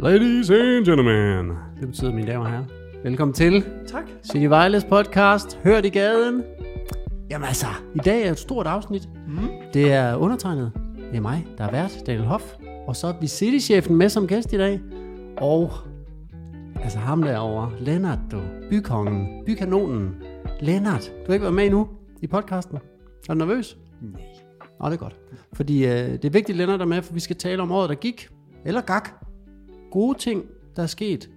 Ladies and gentlemen. Det betyder, mine damer og herrer. Velkommen til Tak. City Vejles podcast, Hørt i gaden. Jamen altså, i dag er et stort afsnit. Mm. Det er undertegnet. Det er mig, der er vært, Daniel Hoff. Og så er vi City-chefen med som gæst i dag. Og altså ham derovre, Lennart, du. Bykongen, bykanonen. Lennart, du har ikke været med endnu i podcasten. Er du nervøs? Nej. Nå, det er godt. Fordi øh, det er vigtigt, Lennart er med, for vi skal tale om året, der gik. Eller gak. Gode ting, der er sket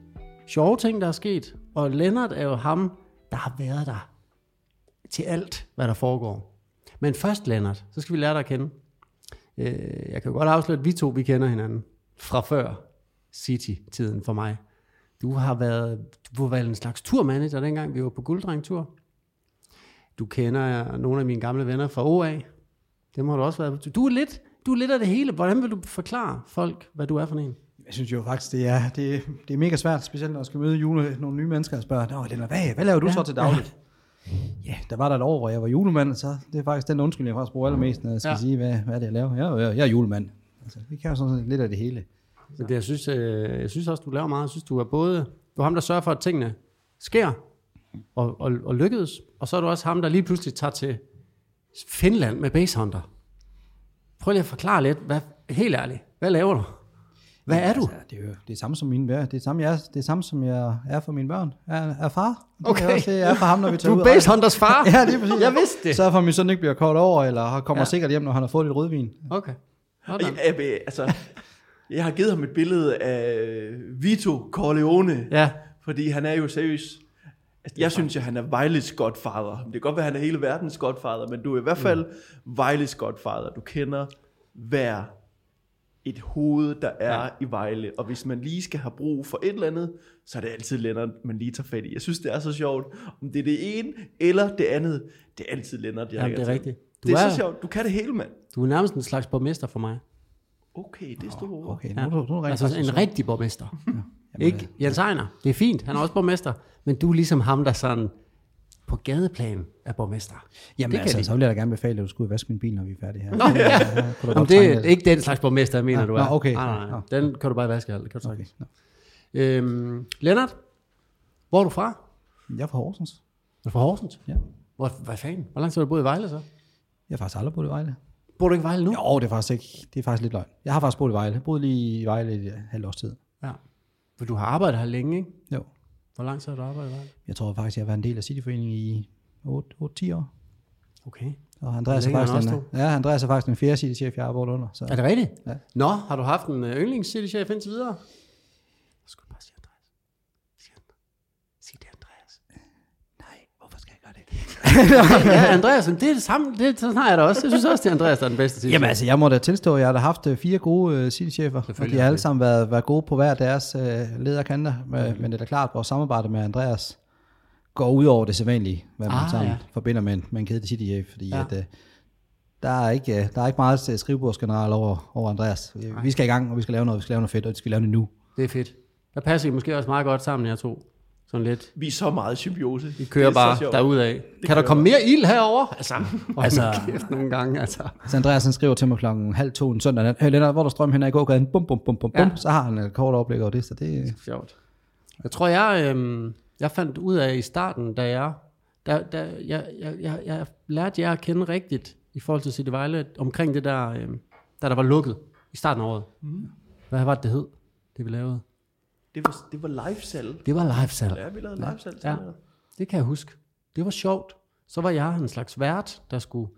sjove ting, der er sket. Og Lennart er jo ham, der har været der til alt, hvad der foregår. Men først, Lennart, så skal vi lære dig at kende. Øh, Jeg kan jo godt afsløre, at vi to vi kender hinanden fra før City-tiden for mig. Du har været, du har været en slags turmanager, dengang vi var på gulddrengtur. Du kender nogle af mine gamle venner fra OA. Dem har du også været. Du er lidt, du er lidt af det hele. Hvordan vil du forklare folk, hvad du er for en? Jeg synes jo faktisk, det er, det, det er mega svært, specielt når jeg skal møde jule, nogle nye mennesker og spørge, Nå, Lennart, hvad, hvad laver du ja. så til dagligt? Ja, der var der et år, hvor jeg var julemand, så det er faktisk den undskyldning, jeg faktisk bruger allermest, når jeg skal Ja. ja. sige, hvad, hvad er det, jeg laver? Jeg, jeg, jeg er julemand. Altså, vi kan jo sådan set lidt af det hele. Men det, jeg, synes, øh, jeg synes også, du laver meget. Jeg synes, du er både du er ham, der sørger for, at tingene sker og, og, og lykkedes, og så er du også ham, der lige pludselig tager til Finland med basehunter. Prøv lige at forklare lidt. Hvad, helt ærligt, hvad laver du? Hvad er du? Altså, det er jo det er samme som mine børn. Det er samme, jeg, det er samme, som jeg er for mine børn. Jeg er, er far. Det er Okay. Også, det, jeg er for ham, når vi tager Du er ud. og rejser. basehunters far? Ja, det er præcis. Jeg vidste det. Så for, at min søn ikke bliver kort over, eller kommer Ja. ja. sikkert hjem, når han har fået lidt rødvin. Okay. Og Sådan. jeg, jeg, jeg- altså, jeg har givet ham et billede af Vito Corleone, ja. Ja, fordi han er jo seriøs. Altså, Jeg synes jo, han er Vejles godfather. Det kan godt være, han er hele verdens godfather, men du er i hvert fald mm. Vejles godfather. Du kender hver et hoved, der er ja. i Vejle. Og hvis man lige skal have brug for et eller andet, så er det altid Lennart, man lige tager fat i. Jeg synes, det er så sjovt. Om det er det ene eller det andet, det er altid Lennart, jeg jamen, ringer det er til. rigtigt. Du Det er, er, så sjovt. Du kan det hele, mand. du er nærmest en slags borgmester for mig. Okay, det er store ord. Okay, nu, Ja. er du, nu er du rent altså faktisk øh, en rigtig borgmester. Ikke Jens Ejner. Det er fint, han er også borgmester. Men du er ligesom ham, der sådan på gadeplan er borgmester. Det Jamen det kan altså, de. så vil jeg da gerne befale, at du skal ud og vaske min bil, når vi er færdige her. Nå, Jamen, det er ikke den slags borgmester, jeg mener, Nå, du er. nå, okay. Nej, nej, nej. Nå. Den kan du bare vaske alt. Kan du okay. Okay. Nå. øhm, Lennart, hvor er du fra? Er Jeg er fra Horsens. du fra Horsens? Ja. Hvor, hvad fanden? Hvor lang tid har du boet i Vejle så? Jeg har faktisk aldrig boet i Vejle. Bor du ikke i Vejle nu? Jo, det er faktisk ikke. Det er faktisk lidt løgn. Jeg har faktisk boet i Vejle. Jeg boede lige i Vejle i et halvt års tid. Ja. For du har arbejdet her længe, ikke? Jo. Hvor lang tid har du arbejdet i Vejle? Jeg tror faktisk, jeg har været en del af Cityforeningen i 8-10 år. Okay. Og Andreas er Længere faktisk, end den, os ja, Andreas er faktisk den fjerde citychef, jeg har arbejdet under. Så. Er det rigtigt? Ja. Nå, har du haft en øh, yndlingscitychef indtil videre? Jeg skulle bare sige Andreas. Sig, Andreas. sig det, Andreas. Nej, hvorfor skal jeg gøre det? ja, Andreas, men det er det samme. Det, sådan har jeg det også. Jeg synes også, det er Andreas, der er den bedste citychef. Jamen altså, jeg må da tilstå, at jeg har da haft øh, fire gode uh, citychefer, og de har alle sammen været, været gode på hver deres uh, lederkanter. Men, men det er da klart, at vores samarbejde med Andreas går ud over det sædvanlige, hvad man Ah, ah, sådan ja. ja. forbinder med en, med en kedelig citychef, fordi Ja. ja. at, uh, der, er ikke, uh, der er ikke meget øh, skrivebordsgeneral over, over Andreas. Vi- Vi skal i gang, og vi skal lave noget, vi skal lave noget fedt, og vi skal lave det nu. Det er fedt. Der passer I måske også meget godt sammen, jeg to. Sådan lidt. Vi er så meget symbiose. Vi Kører bare derudad. Kan der komme mere ild herover? Altså, altså kæft nogle gange. Altså. Så Andreas han skriver til mig klokken halv to en søndag nat, hey Lennart, hvor er der strøm hen er i gågaden, bum bum bum bum bum, Ja. ja. så har han et kort overblik over det, så det, øh, Sjovt. Jeg tror, jeg, øhm, jeg fandt ud af i starten, da jeg, da, da, jeg, jeg, jeg, jeg lærte jer at kende rigtigt i forhold til City Vejle, omkring det der, øhm, da der var lukket i starten af året. Mm. Hvad var det, det hed, det vi lavede? Det var, det var live salg. Det var live salg. Ja, vi lavede live salg. Ja, det kan jeg huske. Det var sjovt. Så var jeg en slags vært, der skulle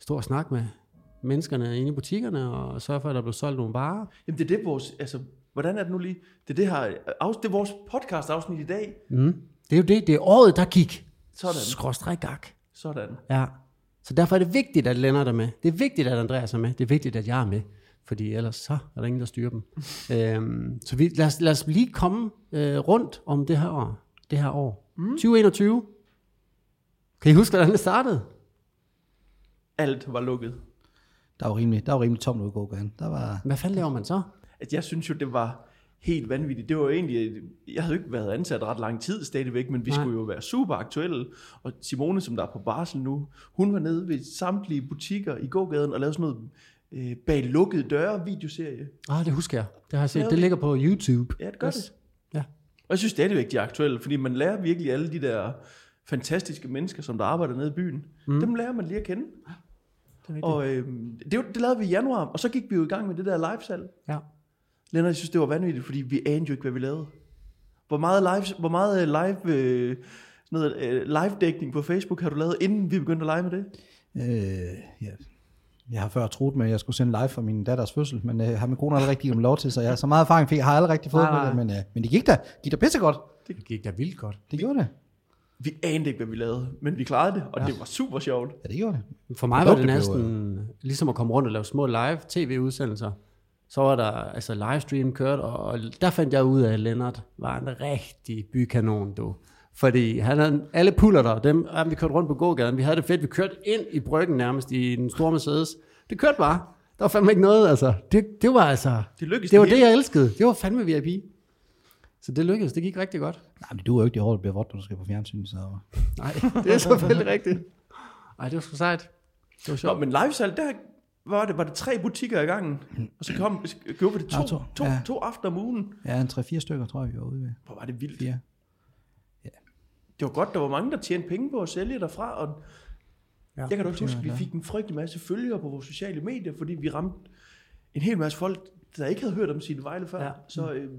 stå og snakke med menneskerne inde i butikkerne og sørge for, at der blev solgt nogle varer. Jamen det er det vores, altså, hvordan er det nu lige? Det er, det her, af, det er vores podcast afsnit i dag. Mm. Det er jo det. Det er året, der gik. Sådan. Skråstræk gak. Sådan. Ja. Så derfor er det vigtigt, at Lennart er med. Det er vigtigt, at Andreas er med. Det er vigtigt, at jeg er med. Fordi ellers så er der ingen, der styrer dem. øhm, så vi, lad, os, lad os lige komme øh, rundt om det her år. Det her år. Mm. 2021. Kan I huske, hvordan det startede? Alt var lukket. der er jo rimelig, der er jo rimelig tomt ude i gågaden. Der var, Hvad fanden laver man så? At jeg synes jo, det var helt vanvittigt. Det var jo egentlig, jeg havde jo ikke været ansat ret lang tid stadigvæk, men vi Nej. Nej. skulle jo være super aktuelle. Og Simone, som der er på barsel nu, hun var nede ved samtlige butikker i gågaden og lavede sådan noget øh, bag lukkede døre videoserie. Ah, det husker jeg. Det har jeg set. Lavet Det det. ligger på YouTube. Ja, det gør det. Ja. Og jeg synes stadigvæk, de er aktuelle, fordi man lærer virkelig alle de der fantastiske mennesker, som der arbejder nede i byen. Mm. Dem lærer man lige at kende. rigtigt. og øh, det, var- det lavede vi i januar, og så gik vi jo i gang med det der live-salg. Ja. Lennart, jeg synes, det var vanvittigt, fordi vi anede jo ikke, hvad vi lavede. Hvor meget live, hvor meget øh, live, øh, sådan noget, øh, live-dækning på Facebook har du lavet, inden vi begyndte at lege med det? Øh, ja. Jeg har før troet med, at jeg skulle sende live for min datters fødsel, men øh, har min kone aldrig rigtig givet mig lov til, så jeg har så meget erfaring, fik, har aldrig rigtig fået Nej, med det, men, øh, men det gik da, gik da pissegodt. Det gik da vildt godt. Det gjorde det. Vi anede ikke, hvad vi lavede, men vi klarede det, og ja. det var super sjovt. Ja, det gjorde det. For mig var det Produktet næsten blev, ligesom at komme rundt og lave små live tv-udsendelser. Så var der altså livestream kørt, og, og der fandt jeg ud af, at Lennart var en rigtig bykanon, du. Fordi han havde alle puller der, dem jamen, vi kørte rundt på gågaden, vi havde det fedt, vi kørte ind i bryggen nærmest i den store Mercedes. Det kørte bare. Der var fandme ikke noget, altså. Det, det var altså, Det lykkedes det var det det, jeg elskede. Det var fandme VIP. Så det lykkedes, det gik rigtig godt. Nej, men du er jo ikke det hår, der bliver vådt, når du skal på fjernsyn, så... Nej, det er selvfølgelig rigtigt. Ej, det var sgu sejt. Det var sjovt. Nå, men livesalg, der var det, var det tre butikker i gangen, og så kom, købte det to, Ja, ja, to. to, to, Ja. ja. to aftener om ugen. Ja, en 3-4 stykker, tror jeg, vi var ude ved. Hvor var det vildt. Fire. Det var godt, der var mange, der tjente penge på at sælge derfra, og Ja, ja, jeg kan da også huske, at vi fik en frygtelig masse følgere på vores sociale medier, fordi vi ramte en hel masse folk, der ikke havde hørt om sine vejle før. Ja. Ja. Så øh,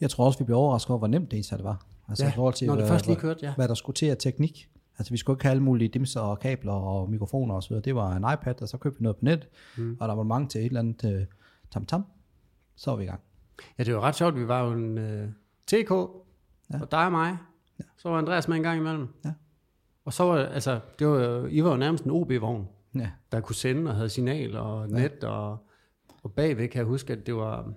Jeg tror også, vi blev overrasket over, hvor nemt det egentlig det var. Altså Ja, i forhold til, når det hvad- først lige hvad- kørte, ja. hvad der skulle til af teknik. Altså vi skulle ikke have alle mulige dimser og kabler og mikrofoner og så videre. Det var en iPad, og så købte vi noget på net, mm. og der var mange til et eller andet øh, tam-tam. Så var vi i gang. Ja, det var ret sjovt. Vi var jo en øh, TK, ja. og dig og mig. Ja. Så var Andreas med en gang imellem. Ja. Og så var, altså, det var, jo- I var jo nærmest en OB-vogn, Ja. der kunne sende og havde signal og net, og, og bagved kan jeg huske, at det var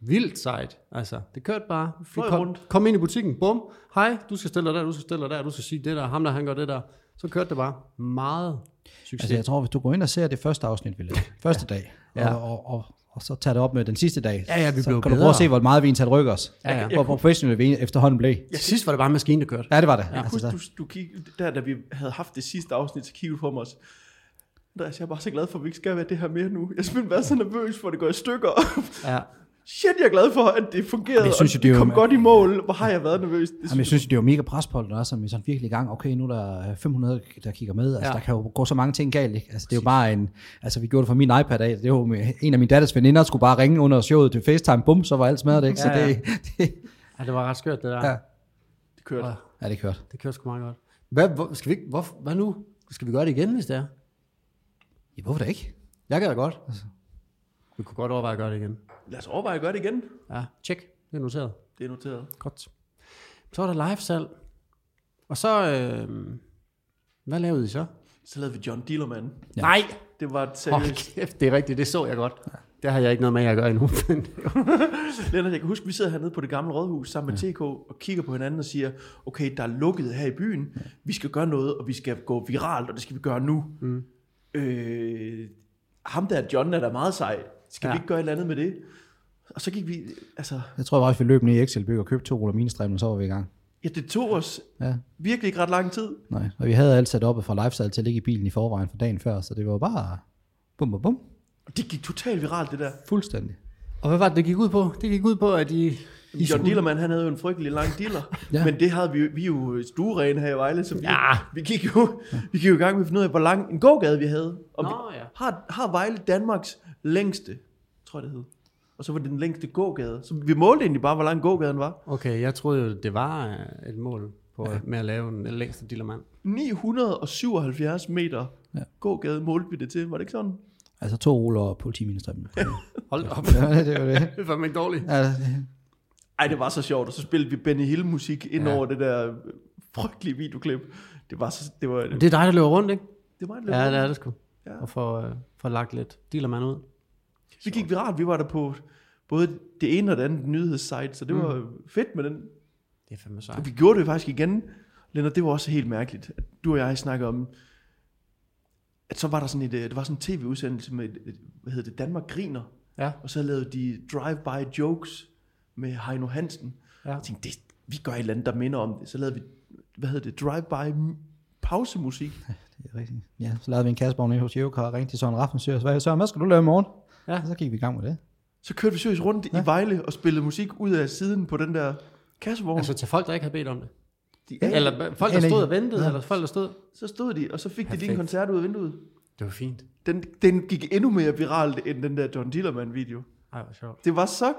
vildt sejt. Altså, det kørte bare. Vi fløj kom, rundt. kom ind i butikken, bum, hej, du skal stille dig der, du skal stille dig der, du skal sige det der, ham der, han gør det der. Så kørte det bare meget succes. Altså jeg tror, hvis du går ind og ser det første afsnit, vi lavede, første dag, Ja. og, og, og, og så tager det op med den sidste dag, Ja, ja, vi så blev kan du prøve bedre. at se, hvor meget vi egentlig rykker os. Ja, ja. Hvor professionelle vi efterhånden blev. Til sidst var det bare en maskine, der kørte. Ja, det var det. jeg Altså, husker, så, du, du kiggede, der da vi havde haft det sidste afsnit, så kiggede du på mig og s- Andreas, jeg er bare så glad for, at vi ikke skal være det her mere nu. Jeg har simpelthen været så nervøs for, at det går i stykker. Ja. Shit, jeg er glad for, at det fungerede, Men jeg synes jo, og det er jo- kom godt i mål. Hvor har jeg været nervøs? Det Jamen, jeg synes, det er jo mega pres på det også, som vi sådan virkelig i gang. Okay, nu er der 500, der kigger med. Altså, Ja. ja. der kan jo gå så mange ting galt, ikke? Altså, det er jo bare en... Altså, vi gjorde det fra min iPad af. Det var med, en af min datters veninder, skulle bare ringe under showet til FaceTime. Bum, så var alt smadret, ikke? Så Ja, ja. det, det, ja, det var ret skørt, det der. ja. det kørte. ja, det kørte. Det kører sgu meget godt. Hvad, hvor, skal vi ikke, hvor, hvad nu? Skal vi gøre det igen, hvis det er? Ja, hvorfor da ikke? Jeg kan da godt. Altså. Vi kunne godt overveje at gøre det igen. Lad os overveje at gøre det igen. Ja, tjek. Det er noteret. Det er noteret. Godt. Så var der live-salg. Og så, øh, hvad lavede I så? Så lavede vi John Dillermand. Ja. Nej! Det var et Hold seriøst. kæft, det er rigtigt. Det så jeg godt. Det har jeg ikke noget med at gøre endnu. men det var- Lennart, jeg kan huske, vi sidder hernede på det gamle rådhus sammen med TK og kigger på hinanden og siger, okay, der er lukket her i byen. Vi skal gøre noget, og vi skal gå viralt, og det skal vi gøre nu. Mm. Øh, ham der, John, er da meget sej. Skal ja. Ja. vi ikke gøre et eller andet med det? Og så gik vi, altså, Jeg tror bare, at vi løb ned i Excel-byg og købte to ruller minestrøm, så var vi i gang. ja, det tog os Ja, virkelig ikke ret lang tid. nej. Og vi havde alt sat op fra lifestyle til at ligge i bilen i forvejen for dagen før, så det var bare... Bum, bum, bum. Og det gik totalt viralt, det der. Fuldstændig. Og hvad var det, det gik ud på? Det gik ud på, at I... I John Dillermand, han havde jo en frygtelig lang diller, Ja. ja. men det havde vi, jo- vi er jo stueren her i Vejle, så vi, Ja. ja. vi, gik jo, vi gik jo i gang med at finde ud af, hvor lang en gågade vi havde. Og Nå, vi, ja. har, har Vejle Danmarks længste, tror jeg det hed. Og så var det den længste gågade. Så vi målte egentlig bare, hvor lang gågaden var. Okay, jeg troede jo, det var øh, et mål på, ja. med at lave en længste dillermand. 977 meter Ja. ja. gågade målte vi det til. Var det ikke sådan? Altså to ruller og politiminestrøm. Hold da op. ja, det var det. Det var min dårlig. Ja, det- Ej, det var så sjovt. Og så spillede vi Benny Hill musik ind ja. over det der øh, frygtelige videoklip. Det var så, det var, det, Det er dig, der løber rundt, ikke? det var en Ja, det er det sgu. Ja. Ja. Og få, øh, få lagt lidt dealermand ud. Vi gik viralt, vi var der på både det ene og det andet nyhedssite, så det mm. var fedt med den. Det er fandme Og sejt. vi gjorde det faktisk igen. Lennart, det var også helt mærkeligt, at du og jeg snakkede om, at så var der sådan et, øh, det var sådan en tv-udsendelse med, et- et- hvad hedder det, Danmark griner, Ja. og så lavede de drive-by jokes med Heino Hansen. Ja. Ja. Jeg tænkte, det, vi gør et eller andet, der minder om det. Så lavede vi, hvad hedder det, drive-by m- pausemusik. Det er rigtigt. Ja, så lavede vi en kassevogn ned hos Jevka og ringte til Søren Raffensø og sagde, Søren, hvad skal du lave i morgen? Ja. Og så gik vi i gang med det. Så kørte vi seriøst rundt ja. i Vejle og spillede musik ud af siden på den der kassevogn. Altså Altså, til folk, der ikke havde bedt om det. de, Eller b- folk, der Eller- stod og ventede, Ja. eller folk, der stod... Så stod de, og så fik de lige en Perfekt. koncert ud af vinduet. Det var fint. Den, den gik endnu mere viralt end den der John Dillermand-video. Ej, hvor sjovt. Det var så,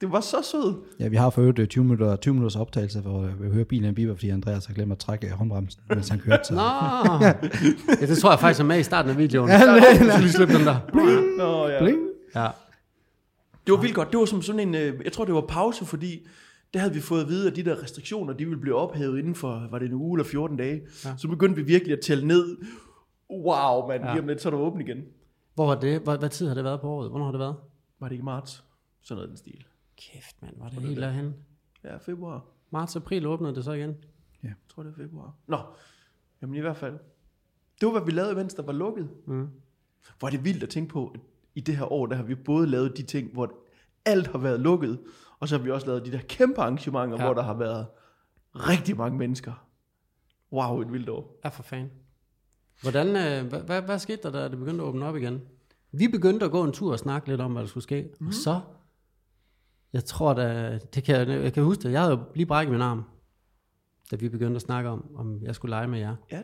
det var så sød. Ja, vi har fået øh, 20 minutter, 20 minutters optagelse, hvor øh, vi hører bilen af Bieber, fordi Andreas har glemt at trække øh, håndbremsen, mens han kørte. Så. Nå! Ah. ja, det tror jeg faktisk er med i starten af videoen. Ja, Så vi slipper den der. Nå, ja. Bling. Ja. Det var vildt godt. Det var som sådan en, øh, jeg tror det var pause, fordi der havde vi fået at vide, at de der restriktioner, de ville blive ophævet inden for, var det en uge eller 14 dage. Ja. Så begyndte vi virkelig at tælle ned. Wow, mand, ja. lige om lidt, så er der åbent igen. Hvor var det? Hvor, hvad tid har det været på året? Hvornår har det været? Var det ikke marts? Sådan noget i den stil. Kæft, mand. Var det helt derhen? Ja, februar. Marts, april åbnede det så igen. Jeg tror, det er februar. Nå, jamen i hvert fald. Det var, hvad vi lavede, mens der var lukket. Mm. Hvor er det vildt at tænke på, at i det her år, der har vi både lavet de ting, hvor alt har været lukket, og så har vi også lavet de der kæmpe arrangementer, Ja. ja. hvor der har været rigtig mange mennesker. Wow, et vildt år. Ja, for fanden. Hvordan, øh, hvad, hvad, hvad skete der, da det begyndte at åbne op igen? Vi begyndte at gå en tur og snakke lidt om, hvad der skulle ske. Mm. Og så, jeg tror da, det kan, jeg- jeg kan huske det, jeg havde jo lige brækket min arm, da vi begyndte at snakke om, om jeg skulle lege med jer. Ja,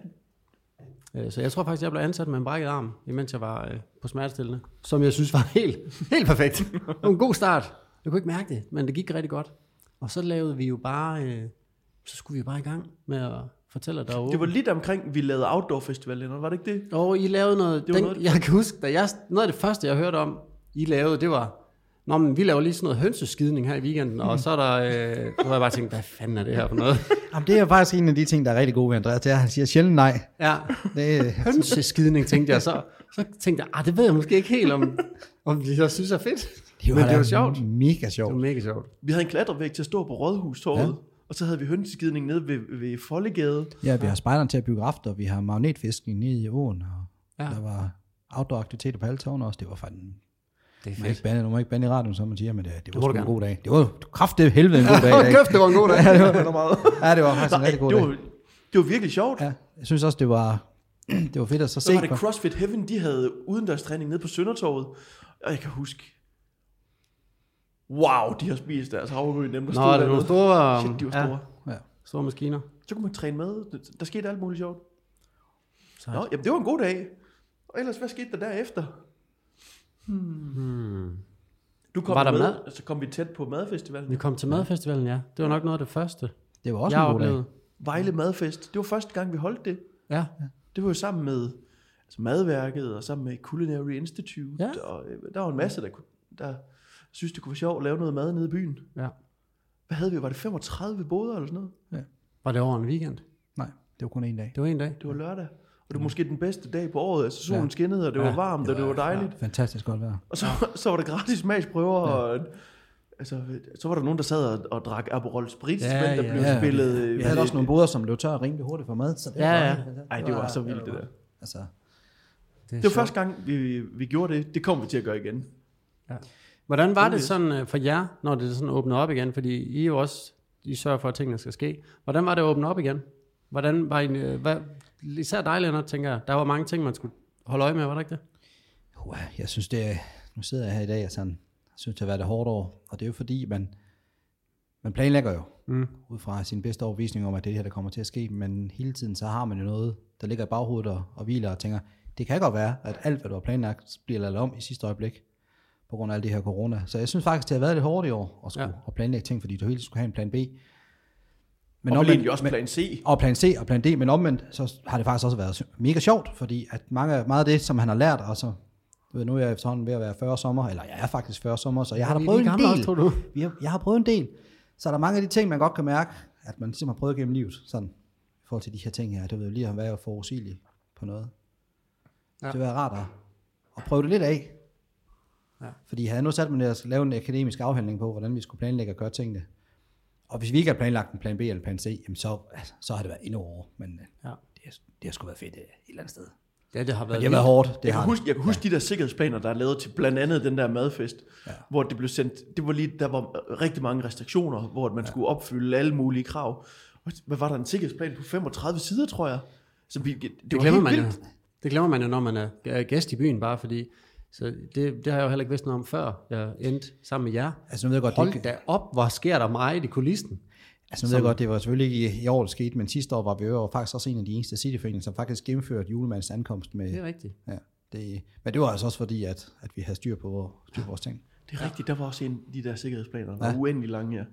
Øh, Så jeg tror faktisk, jeg blev ansat med en brækket arm, imens jeg var øh, på smertestillende, som jeg synes var helt, helt perfekt. Det var en god start. Jeg kunne ikke mærke det, men det gik rigtig godt. Og så lavede vi jo bare, øh, så skulle vi jo bare i gang med at fortælle, at der var det var lidt omkring, vi lavede Outdoor Festival, Lennart, var det ikke det? og I lavede noget, Det det var den, noget- noget, jeg kan huske, da jeg, noget af det første, jeg hørte om, I lavede, det var, Nå, men vi laver lige sådan noget hønseskidning her i weekenden, og så er der, øh, så har jeg bare tænkt, hvad fanden er det her for noget? Jamen, det er faktisk en af de ting, der er rigtig gode ved Andreas, det er, at han siger sjældent nej. Ja, Det, øh, hønseskidning, tænkte jeg så. Så tænkte jeg, ah, det ved jeg måske ikke helt, om, om det jeg synes er fedt. det var, men det da var sjovt. Det Mega sjovt. var mega sjovt. Vi havde en klatrevæg til at stå på Rådhustorvet, ja. og så havde vi hønseskidning nede ved, ved Follegade. Ja, vi har spejderen til at bygge rafter, vi har magnetfiskning nede i åen, og ja. der var outdoor aktiviteter på alle tårne også. Det var fandme... Det er Man må ikke bande, nu må jeg ikke bande i radioen, som man siger, men det, det var må sgu du en gerne. god dag. Det var kraftigt helvede en god dag. i dag. Kæft, det var en god dag. ja, det var, ja, det var faktisk en Nej, rigtig det god dag. var, det var virkelig sjovt. Ja. Ja, jeg synes også, det var, det var fedt at så Så se var det på. CrossFit Heaven, de havde udendørstræning nede på Søndertorvet, og jeg kan huske, wow, de har spist deres havregryn, dem Nå, der stod det er nogle store, um, Shit, de var store. Ja. Ja. store maskiner. Så kunne man træne med, Det- der skete alt muligt sjovt. Sejt. Nå, jamen det var en god dag. Og ellers, hvad skete der derefter? Hmm. Du kom Hmm. Var med, der mad? så kom vi tæt på madfestivalen. Vi kom til madfestivalen, ja. Det var nok noget af det første, Det var også jeg en god dag. oplevede. Vejle Madfest, det var første gang, vi holdt det. Ja, Det var jo sammen med altså Madværket og sammen med Culinary Institute. Ja. Og øh, der var en masse, der, kunne- der synes, det kunne være sjovt at lave noget mad nede i byen. ja. Hvad havde vi? Var det 35 boder eller sådan noget? Var det over en weekend? Nej, det var kun en dag. Det var en dag. Det var lørdag. Og det var måske den bedste dag på året. Altså solen skinnede, og det var Ja, varmt, og det var dejligt. Fantastisk godt vejr. Og så, så var der gratis smagsprøver, ja. og altså, så var der nogen, der sad og, og drak Aperol Spritz, Ja, ja, der ja, blev ja. spillet... øh, Vi hvad havde det- også nogle boder, som blev tør rimelig hurtigt for mad. Så det Ja, var ja. helt fantastisk. Ej, det var så vildt, det der. Altså, er Det var første gang, vi, vi gjorde det. Det kommer vi til at gøre igen. Hvordan var det sådan øh, for jer, når det sådan åbnede op igen? Fordi I er jo også, I sørger for, at tingene skal ske. Hvordan var det at åbne op igen? Hvordan var I, øh, hvad, især dig, Lennart, tænker jeg. Der var mange ting, man skulle holde øje med, var der ikke det? Uha, jeg synes det er, nu sidder jeg her i dag og sådan, jeg synes det har været et hårdt år, og det er jo fordi, man, man planlægger jo, mm. ud fra sin bedste overbevisning om, at det er det her, der kommer til at ske, men hele tiden så har man jo noget, der ligger i baghovedet og, og hviler og tænker, det kan godt være, at alt, hvad du har planlagt, bliver lavet om i sidste øjeblik, på grund af alt det her corona. Så jeg synes faktisk, det har været lidt hårdt i år, at, skulle, Ja. ja. at planlægge ting, fordi du hele tiden skulle have en plan B. Men Men og omvendt- vel egentlig også plan C. og plan C og plan D, men omvendt, så har det faktisk også været mega sjovt, fordi at mange, meget af det, som han har lært, og så, du ved, nu er jeg efterhånden ved at være 40 sommer, eller jeg er faktisk 40 sommer, så jeg Vi har da er prøvet lige en gamle også, del. tror du. Vi har, jeg har prøvet en del. Så er der mange af de ting, man godt kan mærke, at man ligesom har prøvet gennem livet, sådan, i forhold til de her ting her. Det ved jeg lige at være forudsigelig på noget. Ja. Ja. Det vil være rart at, at prøve det lidt af. Ja. Ja. Fordi havde jeg nu sat mig ned og lave en akademisk afhandling på, hvordan vi skulle planlægge og gøre tingene, og hvis vi ikke har planlagt en plan B eller plan C, jamen så, altså, så har det været endnu over. Men øh, Ja. det, har, det har sgu været fedt øh, et eller andet sted. Ja, det har været, Det har været hårdt, det Jeg har kan, det. huske, jeg kan huske ja. de der sikkerhedsplaner, der er lavet til blandt andet den der madfest, ja. hvor det blev sendt, det var lige, der var rigtig mange restriktioner, hvor man ja. skulle opfylde alle mulige krav. Og Hvad var der en sikkerhedsplan på 35 sider, tror jeg? Så vi, det, det var glemmer helt man jo. vildt. Det glemmer man jo, når man er øh, gæst i byen, bare fordi Så det, det har jeg jo heller ikke vidst noget om, før jeg endte sammen med jer. Altså, nu ved jeg godt, det, Hold ikke- da op, hvor sker der meget i kulissen. altså, nu ved jeg godt, det var selvfølgelig ikke i, i år, det skete, men sidste år var vi jo faktisk også en af de eneste cityforeninger, som faktisk gennemførte julemandens ankomst med... Det er rigtigt. Ja, det, men det var altså også fordi, at, at vi havde styr på, vores- styr på vores ting. Det er rigtigt, der var også en af de der sikkerhedsplaner, der var ja. uendelig lange, ja.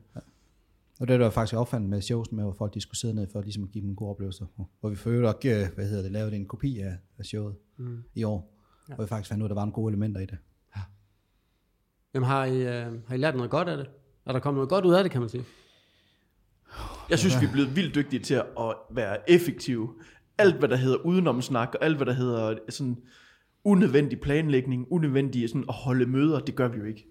Og det var faktisk opfandt med showsen med, hvor folk de skulle sidde ned for ligesom at give dem en god oplevelse. Hvor vi for øvrigt øh, hvad hedder det, lavede en kopi af, af showet mm. i år. Ja. Hvor vi faktisk fandt ud af, at der var nogle gode elementer i det. Jamen, har I, øh, har I lært noget godt af det? Er der kommet noget godt ud af det, kan man sige? Jeg synes, vi er blevet vildt dygtige til at være effektive. Alt, hvad der hedder udenom snak, og alt, hvad der hedder sådan unødvendig planlægning, unødvendig sådan at holde møder, det gør vi jo ikke.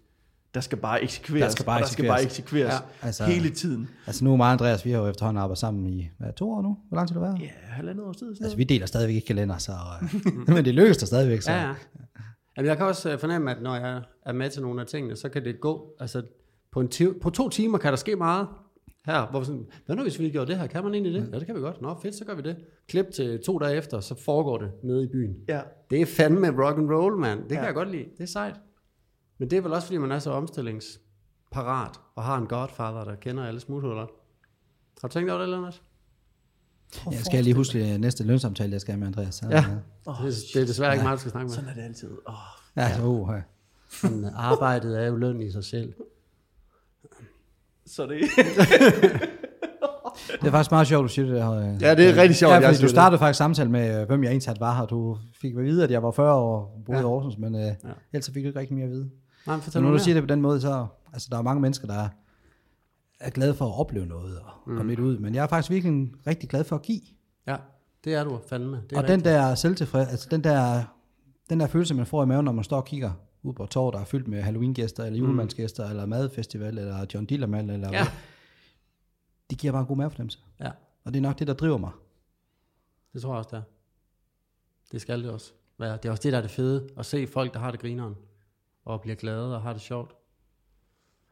Der skal bare eksekveres, Der skal bare og der skal bare eksekveres eksekveres. ja, Ja, altså, altså- hele tiden. Altså nu er mig og Andreas, vi har jo efterhånden arbejdet sammen i hvad, to år nu. Hvor lang tid har det været? Ja, halvandet års tid. Altså vi deler stadigvæk ikke kalender, så, øh, men det lykkes der stadigvæk. Så. Ja, ja. Jamen, jeg kan også øh, fornemme, at når jeg er med til nogle af tingene, så kan det gå. Altså, på, en ti- på to timer kan der ske meget her. Hvor vi sådan, hvad nu hvis vi lige gjorde det her? Kan man egentlig det? Ja, det kan vi godt. Nå, fedt, så gør vi det. Klip til to dage efter, så foregår det nede i byen. Ja. Det er fandme rock and roll, mand. Det kan Ja. ja. jeg godt lide. Det er sejt. Men det er vel også, fordi man er så omstillingsparat, og har en godfather, der kender alle smuthuller. Har du tænkt over det, Lennart? Jeg skal lige huske øh, næste lønsamtale, jeg skal have med Andreas. Altså, Så, Ja. Åh, Oh, det, er- det er desværre ikke meget, du skal snakke med. Sådan er det altid. Oh, ja, så, uh, ja. Men arbejdet er jo løn i sig selv. så det Det er faktisk meget sjovt, du siger det der. øh. Ja, det er rigtig sjovt, jeg Ja, fordi siger du det. startede faktisk samtalen med, øh, hvem jeg egentlig var her. Du fik at vide, at jeg var 40 år og boede ja. i Aarhus, men øh, ja. ellers så fik du ikke rigtig mere at vide. Nej, men Så fortæl når du mig siger det på den måde, så altså, der er mange mennesker, der er, er glade for at opleve noget og komme Mm. lidt ud. Men jeg er faktisk virkelig rigtig glad for at give. Ja, det er du fandme. Det er Og den der selvtilfred, altså den der, den der følelse, man får i maven, når man står og kigger ud på et torv, der er fyldt med Halloween-gæster, eller julemandsgæster, eller madfestival, eller John Dillermand, eller Mm. Ja. hvad. Det giver bare en god mavefornemmelse. ja, Og det er nok det, der driver mig. det tror jeg også, det er. Det skal det også være. Det er også det, der er det fede, at se folk, der har det grineren, og bliver glade og har det sjovt.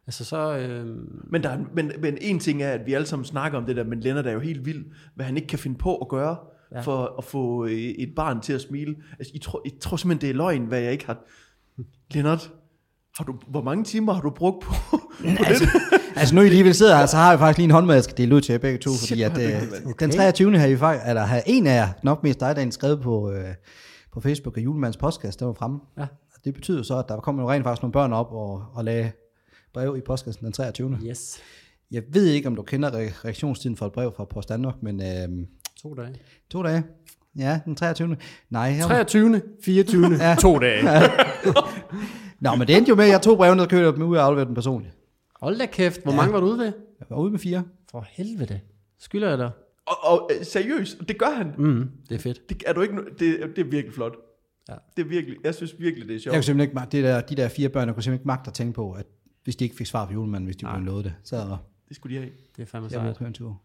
Altså så, øh, Men, der er, men, men en ting er, at vi alle sammen snakker om det der, men Lennart er jo helt vild, hvad han ikke kan finde på at gøre ja. Ja. for at få øh, et barn til at smile. Altså, I, tror, I tror simpelthen, det er løgn, hvad jeg ikke har... Lennart, har du, hvor mange timer har du brugt på, på altså, det? Altså nu I lige vil sidde her, så har jeg faktisk lige en håndmad, jeg skal dele ud til jer begge to, fordi at, øh, den 23. har I faktisk, eller har en af jer, nok mest dig, dagen skrevet på, øh, på Facebook, at julemandens postkast, der var fremme. Ja. Og det betyder så, at der kom jo rent faktisk nogle børn op og, og lagde brev i postkassen den 23. yes, Jeg ved ikke, om du kender re- reaktionstiden for et brev fra Post Danmark, men øh, to dage. to dage. Ja, den 23. Nej, her... 23. 24. ja. To dage. Nå, men det endte jo med, at jeg tog brevene, og kørte dem ud og afleverede dem personligt. Hold da kæft, hvor ja. mange var du ude ved? Jeg var ude med fire. For helvede. Skylder jeg dig? Og, og øh, seriøst, det gør han. Mm, det er fedt. Det, er du ikke, no- det, det er virkelig flot. Ja. Ja. Det er virkelig, jeg synes virkelig, det er Jeg kunne sjovt. simpelthen ikke, mag- det der, de der fire børn, jeg kunne simpelthen ikke magte at tænke på, at hvis de ikke fik svar fra julemanden, hvis de blev lovet det, så Det skulle de have. Det er fandme jeg ville sejt. køre en tur.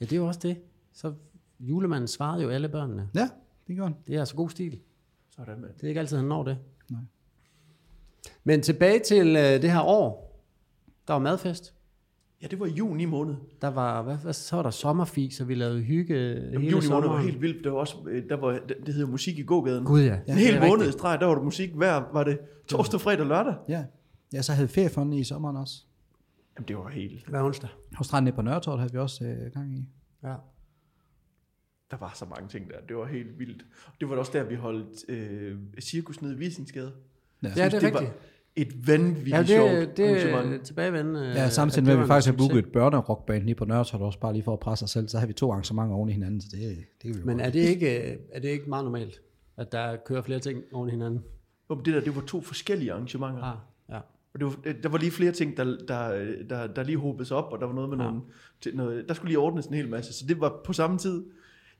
Ja, det er jo også det. Så julemanden svarede jo alle børnene. Ja, det gjorde han. Det er altså god stil. Sådan, mand. Det er ikke altid, han når det. Nej. Men tilbage til øh, det her år. Der var madfest. Ja, det var i juni måned. Der var, hvad, hvad, så var der sommerfi, så vi lavede hygge Jamen, Hele hele juni måned var sommeren. helt vildt. Der var også, øh, der var, det, det hedder musik i gågaden. Gud ja. en hel måned i streg, der var der musik hver, var det torsdag, fredag, lørdag? Ja. Ja, så havde feriefonden i sommeren også. Jamen, det var helt... Hver onsdag. Hos stranden nede på Nørretorv havde vi også øh, gang i. Ja. Der var så mange ting der. Det var helt vildt. Det var da også der, vi holdt øh, cirkus nede i Visingsgade. Ja, Ja, det er det var rigtigt. et vanvittigt Ja, sjovt det, det er arrangement. tilbagevendende. Ja, øh, samtidig at med, det at var vi en faktisk har succes. booket et børnerockband lige på Nørretorv også, bare lige for at presse os selv, så har vi to arrangementer oven i hinanden, så det, det kan vi jo Men godt. er det, ikke, øh, er det ikke meget normalt, at der kører flere ting oven i hinanden? Jo, men Det der, det var to forskellige arrangementer. Ah, ja. Og det var, øh, der var lige flere ting, der, der, øh, der, der lige hobede sig op, og der var noget med ja. nogle, til noget... Der skulle lige ordnes en hel masse, så det var på samme tid.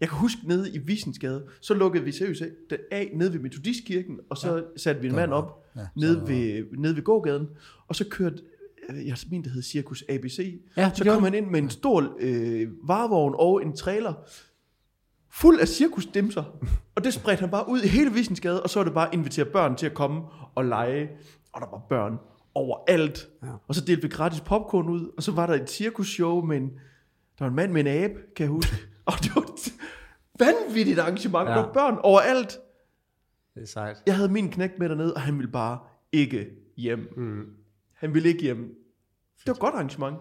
Jeg kan huske, nede i Visingsgade, så lukkede vi seriøst af- den af nede ved Metodistkirken, og så ja. satte vi en mand op ja, nede, ved, nede ved gågaden, og så kørte øh, jeg mener, det hed Cirkus ABC. Ja, det så gjorde kom han ind med en stor øh, varevogn og en trailer, fuld af cirkusdimser. Og det spredte han bare ud i hele Visensgade, og så var det bare at invitere børn til at komme og lege. Og der var børn overalt. Ja. Ja. Og så delte vi gratis popcorn ud, og så var der et cirkusshow med en, der var en mand med en abe, kan jeg huske. og det var et vanvittigt arrangement. Ja. Ja. Der var børn overalt. Det er sejt. Jeg havde min knæk med dernede, og han ville bare ikke hjem. Mm. Han ville ikke hjem. Det var et godt arrangement.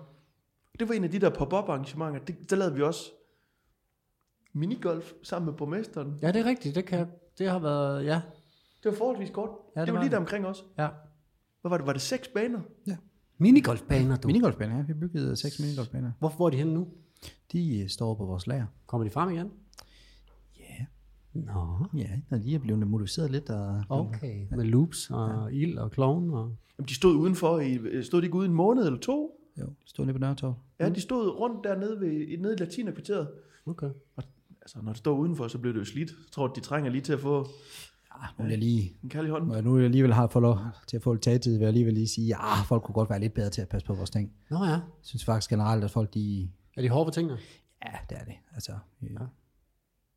Det var en af de der pop-up arrangementer. Det, der lavede vi også minigolf sammen med borgmesteren. Ja, det er rigtigt. Det, kan, det har været, ja. Det var forholdsvis godt. Ja, det, det var var lige det. der omkring os. ja. Hvad var det? Var det seks baner? Minigolfbaner, du. Minigolfbaner, ja. Vi byggede seks minigolfbaner. Hvor, hvor er de henne nu? De øh, står på vores lager. Kommer de frem igen? Ja. Nå, Ja, når de er blevet modificeret lidt. Og, okay. Med loops og ja. ild og klovn og... Jamen, de stod udenfor. I, øh, stod de ikke ude en måned eller to? Jo, stod nede på Nørretorv. Ja, de stod rundt dernede ved, nede i latinerkvarteret. Okay. Altså, når det står udenfor, så bliver det jo slidt. Jeg tror, de trænger lige til at få Ah, nu vil jeg lige... en kærlig hånd. Når jeg nu alligevel har fået lov til at få lidt tagetid, vil jeg alligevel lige sige, ah, folk kunne godt være lidt bedre til at passe på vores ting. Nå ja. Jeg synes faktisk generelt, at folk de... Er de hårde på tingene? Ja, det er det. Altså, øh, ja.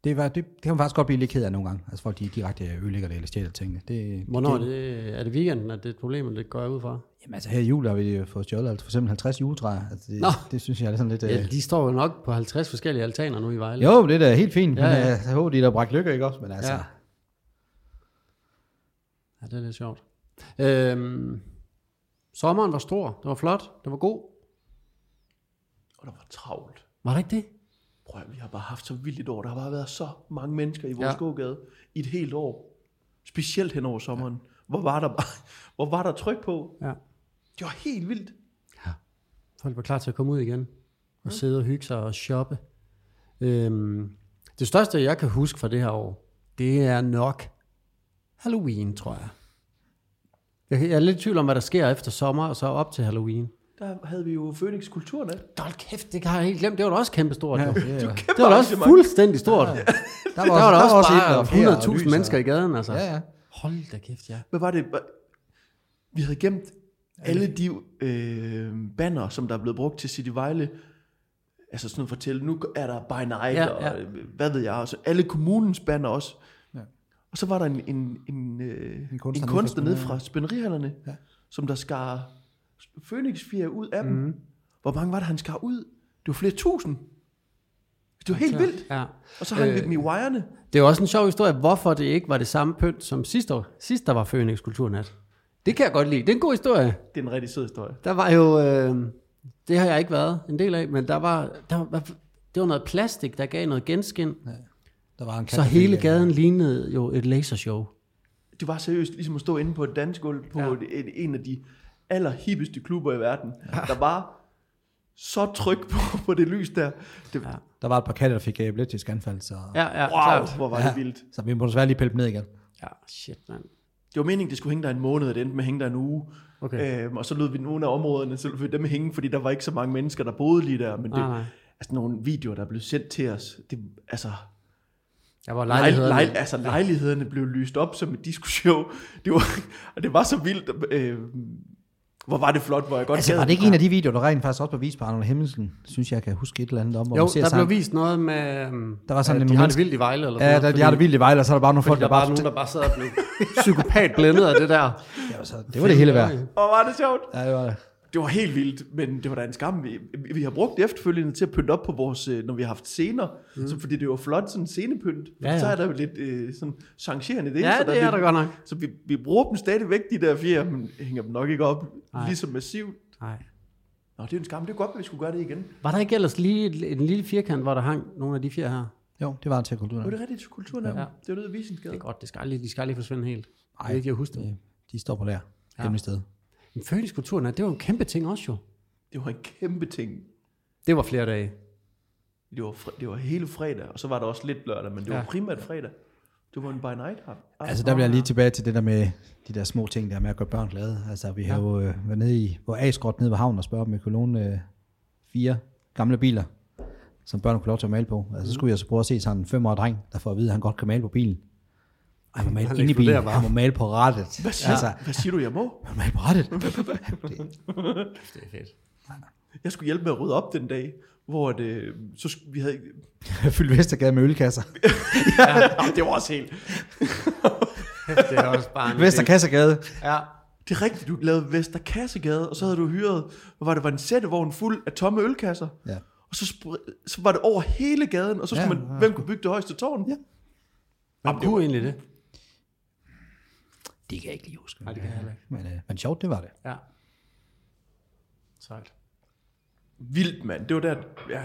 det, var, det, det, kan man faktisk godt blive lidt ked af nogle gange. Altså folk de direkte ødelægger det eller stjæler tingene. Det, Hvornår er det, er det weekenden, at det er et problem, eller det går jeg ud fra? Jamen altså her i jul har vi fået stjålet altså, for eksempel 50 juletræer. Altså, det, Nå. det, synes jeg er sådan lidt... Øh, Ja, de står jo nok på 50 forskellige altaner nu i Vejle. jo, det er da helt fint, ja, Ja, men ja. øh, jeg håber, de der bragt lykke, ikke også? Men altså, Ja. Ja, det er lidt sjovt. Øhm, sommeren var stor, det var flot, det var god. Og der var travlt. Var det ikke det? Prøv at, vi har bare haft så vildt et år. Der har bare været så mange mennesker i vores Ja. ja. gågade i et helt år. Specielt hen over sommeren. Ja. Hvor var der bare, hvor var der tryk på? Ja. Det var helt vildt. Folk var klar til at komme ud igen og sidde og hygge sig og shoppe. Øhm, det største, jeg kan huske fra det her år, det er nok Halloween, tror jeg. Jeg, jeg er lidt i tvivl om, hvad der sker efter sommer og så op til Halloween. Der havde vi jo Phoenix Kulturnat. Hold kæft, det har jeg helt glemt. Det var da også kæmpestort. Ja, det, er- det var da også arrangement. fuldstændig stort. Ja, ja. Der var, der var, der også, ild og pærer og bare lys 100.000 og- mennesker i gaden, altså. Ja, ja. Hold da kæft, ja. Hvad var det? Hva- Vi havde gemt alle de øh, banner, som der er blevet brugt til City Vejle. Altså sådan at fortælle, nu er der By Night, Ja, ja, og ja. ja. hvad ved jeg også. Alle kommunens banner også. Ja. Ja. Og så var der en, en, en, øh, En en kunstner kunstner, nede en fra kunstner spænderierne. nede fra spænderihandlerne, Ja. ja. som der skar Phoenix 4 ud af mm. dem. Hvor mange var det, han skar ud? Det var flere tusind. Det var helt ja. vildt. Ja. Og så hang øh, Øh, vi dem i wirene. Det er jo også en sjov historie, hvorfor det ikke var det samme pynt som sidste år. Sidst der var Fønix Kulturnat. Det kan jeg godt lide. Det er en god historie. Det er en rigtig sød historie. Der var jo... Øh, det har jeg ikke været en del af, men der var, der var... Det var noget plastik, der gav noget genskin. Ja, Der var en kat, så der hele fik, øh, gaden lignede jo et lasershow. Det var seriøst ligesom at stå inde på et dansgulv på Ja. ja. en, en af de allerhippeste klubber i verden. Ja. Der var så tryk på, på det lys der. Det, ja. Der var et par katte, der fik øh, epileptisk anfald, så, Ja, ja, Wow, klart. hvor var det vildt. så vi må desværre lige pille dem ned igen. Ja, shit, mand. Det var meningen, det skulle hænge der en måned, og det endte med at hænge der en uge. Okay. Øhm, og så lød vi nogle af områderne, så lød vi dem hænge, fordi der var ikke så mange mennesker, der boede lige der. Men det, Nej, nej. altså nogle videoer, der blev sendt til os, det, altså, Jeg var lejlighederne. lejligheden. Lej, altså lejlighederne blev lyst op som et disco-show. Det var, og det var så vildt. Øh, hvor var det flot, hvor jeg godt Altså, gad var det den ikke en af de videoer, der rent faktisk også blev vist på Arnold Hemmelsen? Synes jeg, jeg kan huske et eller andet om, hvor Jo, man ser der blev sammen. vist noget med... øhm, Der var øh, sådan en de har det menneske- vildt i Vejle, eller Ja, sådan der, noget, de har det vildt i Vejle, og så er der bare nogle fordi folk, der, der var bare... nogen, der bare sad og blev psykopat blændet af det der. Ja, så, Altså, det var det hele værd. Hvor var det sjovt. Ja, det var det. Det var helt vildt, men det var da en skam. Vi, vi har brugt det efterfølgende til at pynte op på vores, øh, når vi har haft scener, mm. så, fordi det var flot sådan scenepynt. Ja, ja. Så er der jo lidt øh, sådan changerende i det. Ja, så det er lidt, der godt nok. Så vi, vi bruger dem stadigvæk, de der fire, men hænger dem nok ikke op Nej. Nej. lige så massivt. Nej. Nå, det er jo en skam. Det er godt, at vi skulle gøre det igen. Var der ikke ellers lige et- en lille firkant, hvor der hang nogle af de fire her? Jo, det var til kulturen. Var det rigtigt til kulturnavn? Ja. Ja. Det var nede i Det er Visensgade. godt, det skal aldrig, de skal aldrig forsvinde helt. Nej. Jeg ved ikke, jeg husker det. Øh, De står på der. Ja. sted. Men Fønix Kulturnat, det var en kæmpe ting også jo. Det var en kæmpe ting. Det var flere dage. Det var, fre- det var hele fredag, og så var der også lidt lørdag, men det var Ja. primært fredag. Det var en by night her. Altså, der bliver jeg lige tilbage til det der med de der små ting, der med at gøre børn glade. Altså, vi har jo øh, været nede i, hvor A-skråt nede ved havnen og spørger dem i kolonne øh, fire gamle biler, som børn kunne lov til at male på. Altså, så skulle jeg så prøve at se sådan en femårig dreng, der får at vide, at han godt kan male på bilen. Ej, han må male ind i bilen. eksploderer bare. Han må male på rattet. Hvad siger, Altså, ja. hvad siger du, jeg må? han må male på rattet. Det- Det er fedt. Jeg skulle hjælpe med at rydde op den dag, hvor det, så sk- vi havde... Jeg fyldte Vestergade med ølkasser. Ja, det var også helt... Det er også bare en Vesterkassegade. Ja. Det er rigtigt, du lavede Vesterkassegade, og så havde du hyret, hvad var det, var en sættevogn fuld af tomme ølkasser. Ja. Og så, spr- så var det over hele gaden, og så skulle Ja, man, ja. hvem kunne bygge det højeste tårn? Ja. Man kunne egentlig det. Det kan jeg ikke lige huske. Nej, det kan jeg heller ikke. Men, øh, men sjovt, det var det. Ja. Sejt. Vildt, mand. Det var der, ja.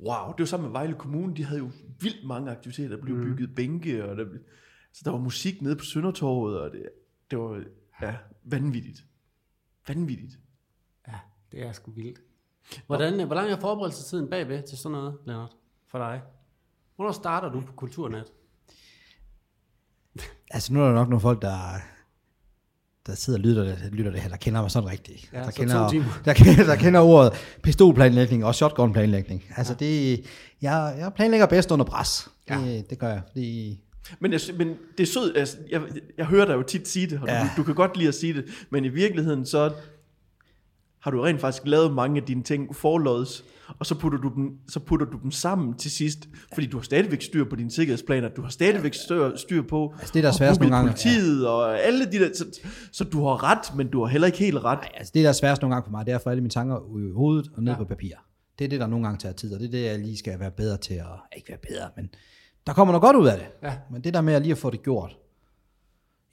Wow, det var sammen med Vejle Kommune. De havde jo vildt mange aktiviteter. Der blev mm. bygget bænke, og der, blev- så der var musik nede på Søndertorvet, og det, det var ja, vanvittigt. Vanvittigt. Ja, det er sgu vildt. Hvordan, øh, hvor lang er forberedelsestiden bagved til sådan noget, Lennart? For dig? Hvornår starter du på Kulturnet? Altså, nu er der nok nogle folk, der der sidder og lytter, det- lytter det her, der kender mig sådan rigtigt. Ja, der, så kender, to timer. der, kender, der kender ordet pistolplanlægning og shotgunplanlægning. Altså det, jeg, jeg planlægger bedst under pres. Ja. Det, det gør jeg. Det, Men, jeg, sy- men det er sødt, altså, jeg, jeg hører dig jo tit sige det, og ja. Ja. du, du kan godt lide at sige det, men i virkeligheden så har du rent faktisk lavet mange af dine ting forlods, og så putter, du dem, så putter du dem sammen til sidst, fordi du har stadigvæk styr på dine sikkerhedsplaner, du har stadigvæk styr, styr på Altså, det er der at sværest google nogle gange, politiet og alle de der, så, så du har ret, men du har heller ikke helt ret. Nej, altså det, der er sværest nogle gange for mig, det er at få alle mine tanker i hovedet og Ja. ned ja. på papir. Det er det, der nogle gange tager tid, og det er det, jeg lige skal være bedre til, og ikke være bedre, men der kommer noget godt ud af det. Ja. Men det der med at lige at få det gjort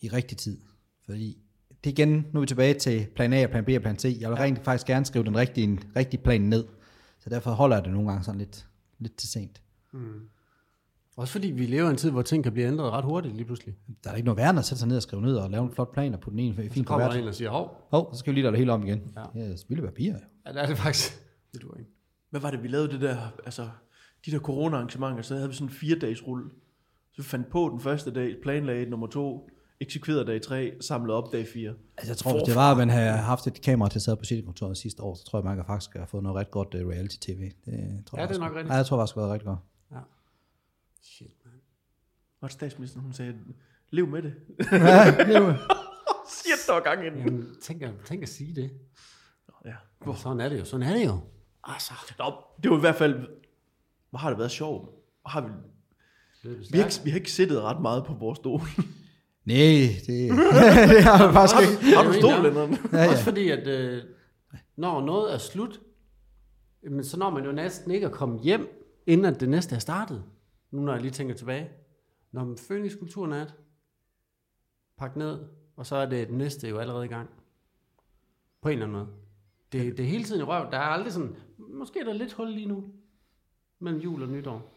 i rigtig tid, fordi det er igen, nu er vi tilbage til plan A, og plan B og plan C. Jeg vil ja. rent faktisk gerne skrive den rigtige, en rigtig plan ned, så derfor holder jeg det nogle gange sådan lidt, lidt til sent. Også fordi vi lever i en tid, hvor ting kan blive ændret ret hurtigt lige pludselig. Der er ikke noget værre end at sætte sig ned og skrive ned og lave en flot plan og putte den i en fin Så kommer kuvert. der en og siger, hov, Hov, så skal vi lige lave det hele om igen. Ja. Ja, spilde papir. jo. ja, det er det faktisk. Det duer ikke. Hvad var det, vi lavede det der, altså de der corona-arrangementer, så havde vi sådan en fire-dages rulle. Så vi fandt på den første dag, planlagde nummer to, eksekverede dag tre, samlede op dag fire. Altså, jeg tror, hvis det var, at man havde haft et kamera til at sidde på sittekontoret sidste år, så tror jeg, man kan faktisk have fået noget ret godt øh, reality-tv. Det, tror er jeg faktisk- nok rigtigt. Ja, jeg tror faktisk, det var rigtig godt. Ja. Shit, man. Var det statsministeren, hun sagde, lev med det. ja, det er jo- Shit, der var gang i den. Jamen, tænk, at, tænk at sige det. Ja. Sådan er det jo. Sådan er det jo. Altså, Nå, det var i hvert fald, hvor har det været sjovt. Hvor Har vi, vi, har ikke, vi har ikke siddet ret meget på vores stol. Nej, det, det har man faktisk ikke. har du Ja, stol ja. eller noget? Ja, ja. Også fordi, at øh, når noget er slut, jamen, så når man jo næsten ikke at komme hjem, inden at det næste er startet. Nu når jeg lige tænker tilbage. Når man Phoenix Kulturnat, pak ned, og så er det det næste jo allerede i gang. På en eller anden måde. Det, det er hele tiden i røv. Der er aldrig sådan, måske er der lidt hul lige nu, mellem jul og nytår.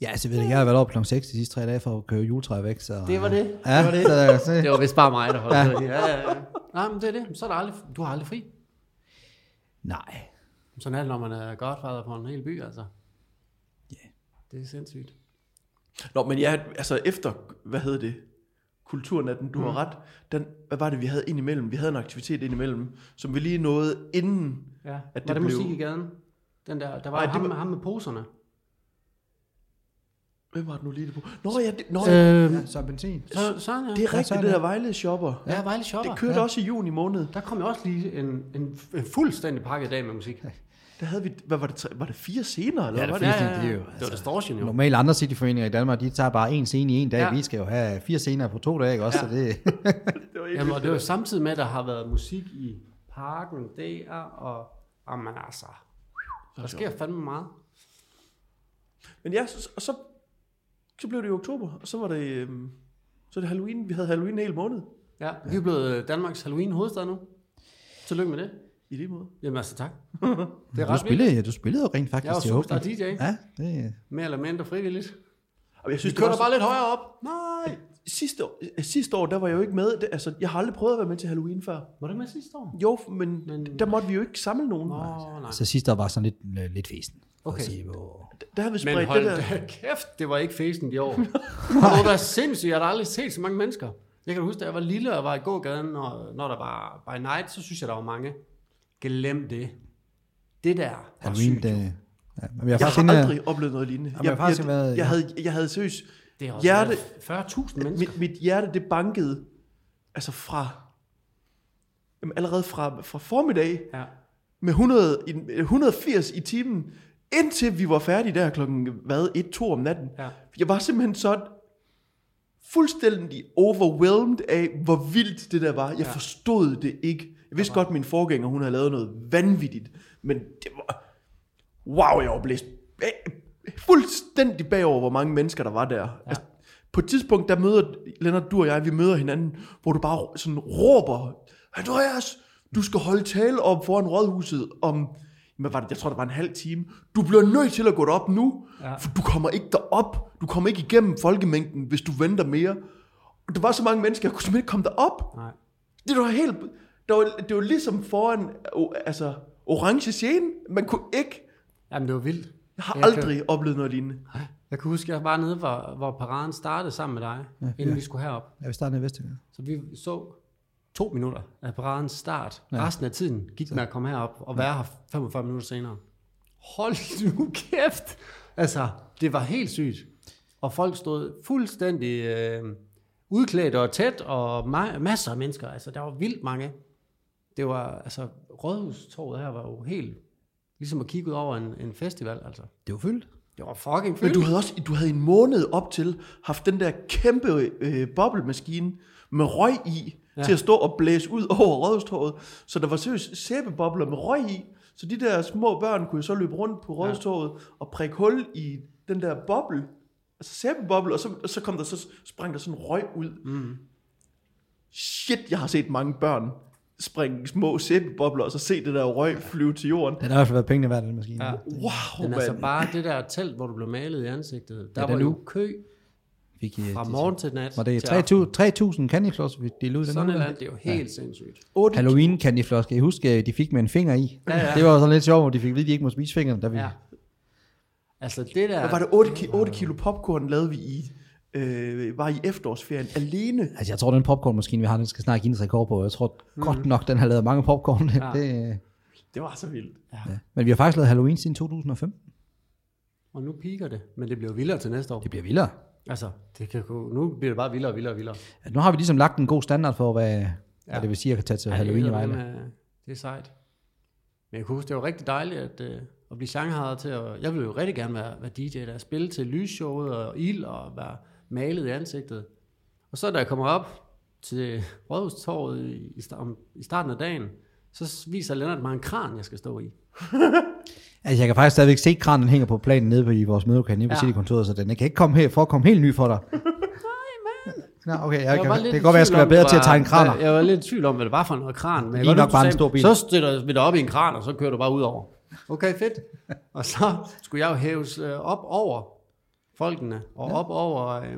Ja, altså, jeg ved ikke, jeg har været op klokken 6 de sidste tre dage for at køre juletræet væk, så... øh, Det var det. Ja, det, var det. Så, så, Det var vist bare mig, der holdt ja. det. Ja, ja, ja. Nej, men det er det. Så er der aldrig, du har aldrig fri. nej. Sådan er det, når man er godfather på en hel by, altså. Ja. Ja. Det er sindssygt. Nå, men ja, altså efter, hvad hedder det, kulturnatten, du mm. har ret, den, hvad var det, vi havde indimellem? Vi havde en aktivitet indimellem, som vi lige nåede inden, Ja. At det det var det blev- musik i gaden? Den der, der var, Ej, Nej, det ham, var- var... ham med poserne. Hvem var det nu lige det på? Nå ja, det, nå, ja. Øh, Ja, så benzin. så, sådan, ja. det er rigtigt, sådan det er der Vejle Shopper. Ja, Vejle Shopper. Det kørte også i juni måned. Der kom jo også lige en, en, en fuldstændig pakke i dag med musik. Der havde vi, hvad var det, tre- var det fire scener, eller Ja, hvad det var det? er fint, det er jo, det var altså, distortion jo. Normalt andre cityforeninger i Danmark, de tager bare en scene i en dag. Ja. Ja. Vi skal jo have fire scener på to dage, ikke også? Ja. Så det, Det var Jamen, og det var jo samtidig med, at der har været musik i parken der, og jamen altså, der sker fandme meget. Men ja, så, og så, så blev det i oktober, og så var det, øhm, så er det Halloween. Vi havde Halloween en hel måned Ja, vi er blevet øh, Danmarks Halloween-hovedstad nu. Tillykke med det. i lige måde. Jamen altså, tak. Det er du, ret vildt. spillede, ja, du spillede jo rent faktisk. Jeg var til superstar åbning. DJ. Ja, det, Mere eller mindre frivilligt. Og jeg synes, Vi det var, kører bare... bare lidt højere op. Nej. sidste, år, øh, sidste år, der var jeg jo ikke med. Det, altså, jeg har aldrig prøvet at være med til Halloween før. Var det med sidste år? Jo, men, men... Men- der måtte vi jo ikke samle nogen. Nå. Åh, nej. Så sidste år var sådan lidt, øh, lidt festen. for at Okay. sige, hvor- Der havde vi Men spredt det hold der. da kæft, det var ikke festen i år. det var sindssygt, jeg har da aldrig set så mange mennesker. Jeg kan huske, da jeg var lille og var i gågaden, og når der var by night, så synes jeg, der var mange. Glem det. Det der var Halloween, sygt. det, ja, men jeg, er Jeg faktisk har inde- aldrig oplevet noget lignende. jeg har faktisk jeg, været- jeg, havde, jeg havde seriøst... Det har også hjerte, været 40.000 mennesker. mit, mit hjerte, det bankede altså fra... Jamen, allerede fra, fra formiddag, Ja. med 100, i- 180 i timen, indtil vi var færdige der klokken hvad, 1-2 om natten. Ja. Jeg var simpelthen så fuldstændig overwhelmed af, hvor vildt det der var. Jeg ja. forstod det ikke. Jeg vidste godt, at min forgænger, hun havde lavet noget vanvittigt, men det var... eh, Wow, jeg var blæst bag, fuldstændig bagover, hvor mange mennesker der var der. Ja. Altså, På et tidspunkt, der møder Lennart, du og jeg, vi møder hinanden, hvor du bare sådan råber, Andreas, du skal holde tale op foran rådhuset om, men var det, jeg tror, det var en halv time. Du bliver nødt til at gå derop nu, ja. for du kommer ikke derop. Du kommer ikke igennem folkemængden, hvis du venter mere. Og der var så mange mennesker, jeg kunne simpelthen ikke komme derop. Nej. Det var helt... Det var, det var ligesom foran o- altså, orange scene. Man kunne ikke... Jamen, det var vildt. Jeg har Jeg kan- aldrig oplevet noget lignende. Jeg kan huske, jeg var nede, hvor, hvor paraden startede sammen med dig, ja, inden ja. vi skulle herop. Jeg vil starte nede i Vestjylland. Så vi så to minutter af paradens start. Ja. Resten af tiden gik med at komme herop og være her 45 minutter senere. Hold nu kæft! Altså, det var helt sygt. Og folk stod fuldstændig øh, udklædt og tæt, og ma- masser af mennesker. Altså, der var vildt mange. Det var, altså, Rådhustorvet her var jo helt, ligesom at kigge ud over en, en festival, altså. Det var fyldt. Det var fucking Men fyldt. du havde også du havde en måned op til haft den der kæmpe øh, boblemaskine med røg i, ja. til at stå og blæse ud over rådhustorvet. Så der var seriøst sæbebobler med røg i, så de der små børn kunne jo så løbe rundt på rådhustorvet ja. og prikke hul i den der boble, altså sæbeboble, og så, og så, kom der, så sprang der sådan røg ud. Mm. Shit, jeg har set mange børn springe små sæbebobler, og så se det der røg flyve til jorden. Den har i hvert fald været pengene værd, den maskine. Ja. Ja. Wow, Men mand. altså bare det der telt, hvor du blev malet i ansigtet, der ja, Ja, den var nu. jo kø Fik, uh, fra morgen til nat. Var det til 3.000 3.000 candyfloss, vi delte ud aften. den Sådan et uge? land, det er jo helt ja. sindssygt. 8. Halloween candyfloss, kan I huske, øh, de fik med en finger i? Ja, ja. Det var jo sådan lidt sjovt, hvor de fik at vide, at de ikke må spise fingeren. Der vi... Ja. ja. Altså det der... Hvad var det? 8, ki- 8 kilo popcorn lavede vi i, øh, var i efterårsferien alene. Altså, jeg tror, den popcornmaskine, vi har, den skal snart give en rekord på. Jeg tror mm. godt nok, den har lavet mange popcorn. Ja. det, øh, Det var så vildt. ja. Men vi har faktisk lavet Halloween siden 2005. Og nu piker det, men det bliver jo vildere til næste år. Det bliver vildere. Altså, det kan gå... nu bliver det bare vildere og vildere og vildere. Ja, Nu har vi ligesom lagt en god standard for, hvad, ja. hvad det vil sige, at kan tage til Ej, Halloween i det er Vejle. eddermame, øh, Det er sejt. Men jeg kunne huske, det var rigtig dejligt at, øh, at blive sanghader til. At, jeg ville jo rigtig gerne være, være DJ der, spille til lysshowet og ild og være malet i ansigtet. Og så da jeg kommer op til Rådhustorvet i, i, sta- om- i starten af dagen, så s- viser Lennart mig en kran, jeg skal stå i. Altså, jeg kan faktisk stadigvæk se, at kranen hænger på planen nede på i vores mødelokale nede på Ja. ja. Citykontoret, så den kan ikke komme her for at komme helt ny for dig. Nej, mand. Nå, okay, jeg, var jeg bare kan, det lidt kan i godt være, tvivl jeg skal være om, det bedre til at var- tegne kraner. Jeg, jeg var lidt i tvivl om, hvad det var for noget kran. Men jeg kan Lige godt nok huske, bare en du stor sagde, bil. Så støtter vi dig op i en kran, og så kører du bare ud over. Okay, fedt. Og så skulle jeg jo hæves øh, op over folkene, og ja. op over øh,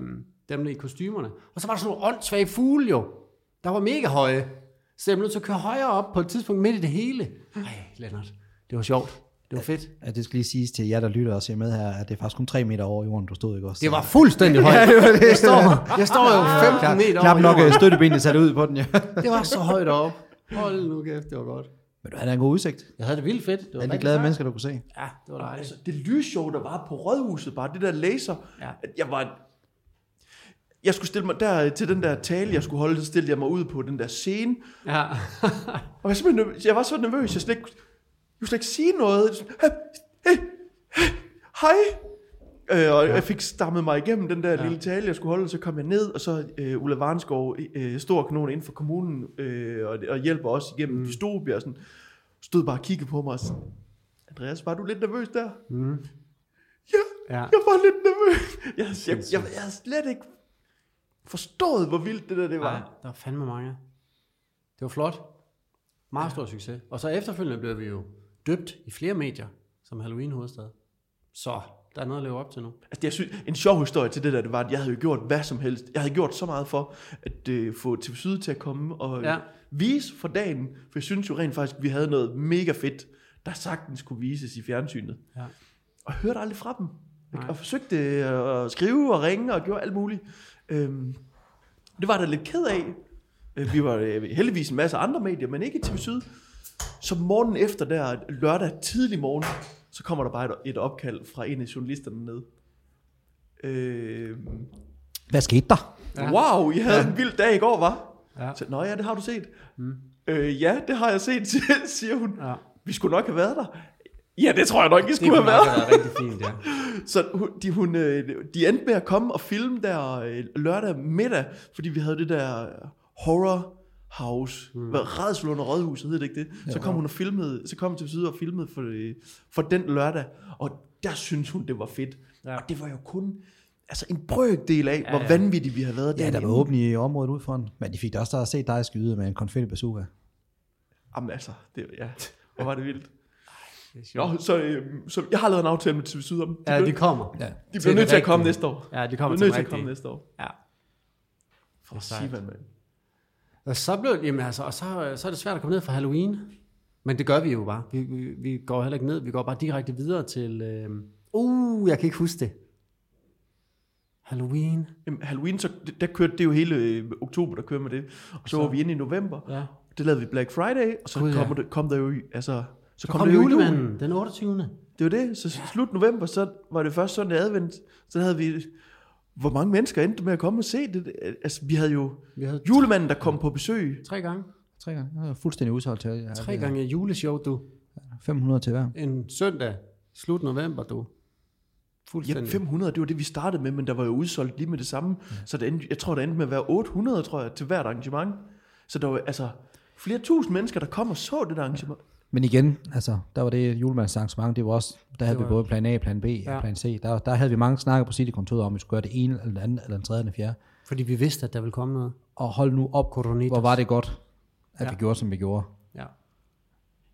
dem i kostymerne. Og så var der sådan nogle åndssvage fugle jo, der var mega høje. Så jeg blev nødt til at køre højere op på et tidspunkt midt i det hele. Ej, Lennart, det var sjovt. Det var fedt. Ja, det skal lige siges til jer, der lytter og ser med her, at det er faktisk kun 3 meter over jorden, du stod, ikke også? Det var fuldstændig højt. ja, det var det. Jeg, står, jeg står jo 15 Knap- meter knap over nok jorden. øh, støttebenet sat ud på den, ja. Det var så højt op. Hold nu kæft, det var godt. Men du havde da en god udsigt. Jeg havde det vildt fedt. Det var Alle de rigtig glade sejt. mennesker, du kunne se. Ja, det var dejligt. Altså, det lysshow, der var på rådhuset, bare det der laser. Ja. at Jeg var... Jeg skulle stille mig der til den der tale, jeg skulle holde, så stillede jeg mig ud på den der scene. Ja. Og jeg, var simpelthen nervøs. jeg var så nervøs, jeg slet ikke, jeg kunne slet ikke sige noget. Sådan, "Hey, hey, hey, Hej! Øh, og jeg fik stammet mig igennem den der ja. lille tale, jeg skulle holde, så kom jeg ned, og så øh, Ulla Varnskov, øh, stor kanon inden for kommunen, øh, og, og hjælper os igennem mm. dystopia, og sådan, stod bare og kiggede på mig og sådan, Andreas, var du lidt nervøs der? Mm. Ja, ja. jeg var lidt nervøs. Jeg, jeg, jeg, jeg, havde slet ikke forstået, hvor vildt det der det var. Nej, der var fandme mange. Det var flot. Meget stor succes. Og så efterfølgende blev vi jo døbt i flere medier som Halloween-hovedstad. Så der er noget at leve op til nu. Altså, det, jeg synes, en sjov historie til det der, det var, at jeg havde jo gjort hvad som helst. Jeg havde gjort så meget for at øh, få TV Syd til at komme og Ja. ja. vise for dagen. For jeg synes jo rent faktisk, at vi havde noget mega fedt, der sagtens kunne vises i fjernsynet. Ja. Og jeg hørte aldrig fra dem. Nej. Og forsøgte øh, at skrive og ringe og gjorde alt muligt. Øhm, det var jeg da lidt ked af. Øh, Vi var øh, heldigvis en masse andre medier, men ikke i TV Syd. Så morgenen efter der, lørdag tidlig morgen, så kommer der bare et, et opkald fra en af journalisterne ned. Øh, Hvad skete der? Ja. ja. Wow, I havde ja. en vild dag i går, var? Ja. Så, Nå ja, det har du set. Mm. Øh, ja, det har jeg set, siger hun. Ja. Vi skulle nok have været der. Ja, det tror jeg nok, I skulle have været. nok have været rigtig fint, ja. Så hun, de, hun, øh, de endte med at komme og filme der øh, lørdag middag, fordi vi havde det der horror house, mm. Redsel under Rådhuset, hed det ikke det? Så kom hun og filmede, så kom til syd og filmede for, øh, for den lørdag, og der syntes hun, det var fedt. Ja. Ja. Og det var jo kun altså en brøkdel af, ja, hvor ja. vanvittige vi har været Ja, der derinde. var åbent i området ud foran. Men de fik da også der at se dig skyde med en konfetti bazooka. Jamen altså, det, ja. hvor var det vildt. Nå, så, øh, så jeg har lavet en aftale med TV Syd om. De Ja, blev, det kommer. Ja. de blev nødt til at komme rigtige. næste år. Ja, de kommer de til den blev nødt til at komme rigtige. næste år. Ja. For Sivan, mand. Og så blev jamen altså, og så, så er det svært at komme ned fra Halloween. Men det gør vi jo bare. Vi, vi, vi går heller ikke ned. Vi går bare direkte videre til... Øh, uh, jeg kan ikke huske det. Halloween. Jamen, Halloween, så, der kørte det jo hele øh, oktober, der kørte med det. Og så, var vi inde i november. Ja. Det lavede vi Black Friday, og så Gud, Gud, ja. kom, det, kom der jo i, altså, så, Så kom, det jo i julen. julemanden den 28. Det var det. Så slut november, så var det først søndag advent. Så havde vi... Hvor mange mennesker endte med at komme og se det? Altså, vi havde jo Vi havde julemanden, der kom på besøg. tre gange. Tre gange. Det var fuldstændig udsolgt til. ja, Tre det er gange juleshow, du. 500 til hver. En søndag, slut november, du. Ja, Fuldstændig. 500, det var det, vi startede med, men der var jo udsolgt lige med det samme. Så det endte, jeg tror, det endte med at være 800, tror jeg, til hvert arrangement. Så der var altså flere tusind mennesker, der kom og så det der arrangement. Men igen, altså, der var det julemandsarrangement, det var også, der havde Det var- vi både plan A, plan B ja. Ja. og plan C. Der, der havde vi mange snakker på City-kontoret om, at vi skulle gøre det ene, eller det andet, eller det tredje, eller det fjerde. Fordi vi vidste, at der ville komme noget. Og hold nu op, Coronitas. hvor var det godt, at ja. vi Ja. gjorde, som vi gjorde. Ja.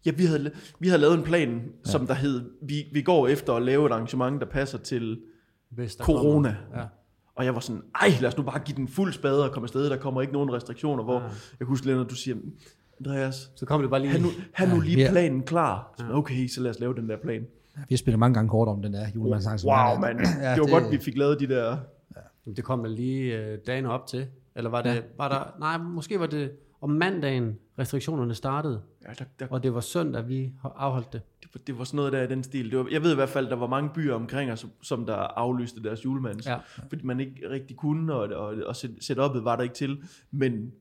Ja, vi havde, vi havde lavet en plan, ja. som der hed, vi, vi går efter at lave et arrangement, der passer til Hvis der corona. Kommer. Ja. Og jeg var sådan, ej, lad os nu bare give den fuld spade og komme afsted, der kommer ikke nogen restriktioner, hvor ja. jeg kunne huske, Lennart, du siger, Andreas, Så kom det bare lige. have nu, have nu lige Ja. planen klar. Så, okay, så lad os lave den der plan. Vi har spillet mange gange kort om den der julemandsarrangement. Wow, mand. Ja, Det var godt, vi fik lavet de der... Jamen, Det kom der lige øh, dagen op til. Eller var det, ja. var der, nej, måske var det om mandagen, restriktionerne startede, Ja, der, der, og det var søndag, vi ho- afholdt det. det, var- det var sådan noget der i den stil. Det var, jeg ved i hvert fald, der var mange byer omkring os, som der aflyste deres julemands. Ja. Fordi man ikke rigtig kunne, og, og, og set- setup'et var der ikke til. Men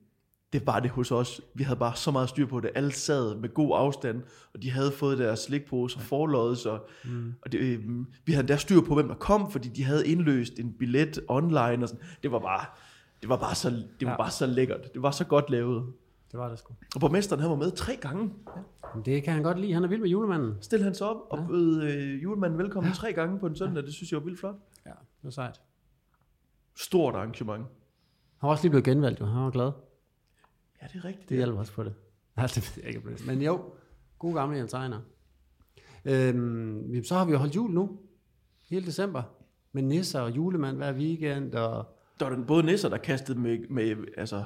det var det hos os. Vi havde bare så meget styr på det. Alle sad med god afstand, og de havde fået deres slikposer forloddet, og, mm. og det, øh, vi havde der styr på, hvem der kom, fordi de havde indløst en billet online. Og sådan. Det var bare... Det var, bare så, det var Ja. bare så lækkert. Det var så godt lavet. Det var det sgu. Og borgmesteren han var med tre gange. Men det kan han godt lide, han er vild med julemanden. Stil han sig op og bød øh, julemanden velkommen ja. tre gange på en søndag. Det synes jeg var vildt flot. Ja, det var sejt. Stort arrangement. Han var også lige blevet genvalgt, jo. han var glad. Ja, det er rigtigt. Det hjalp også på det. Nej, det ved jeg ikke, om det er. Men jo, gode gamle Jens Ejner. Øhm, jamen, så har vi jo holdt jul nu, hele december, med nisser og julemand hver weekend, og Der var den både nisser, der kastede med, med, altså,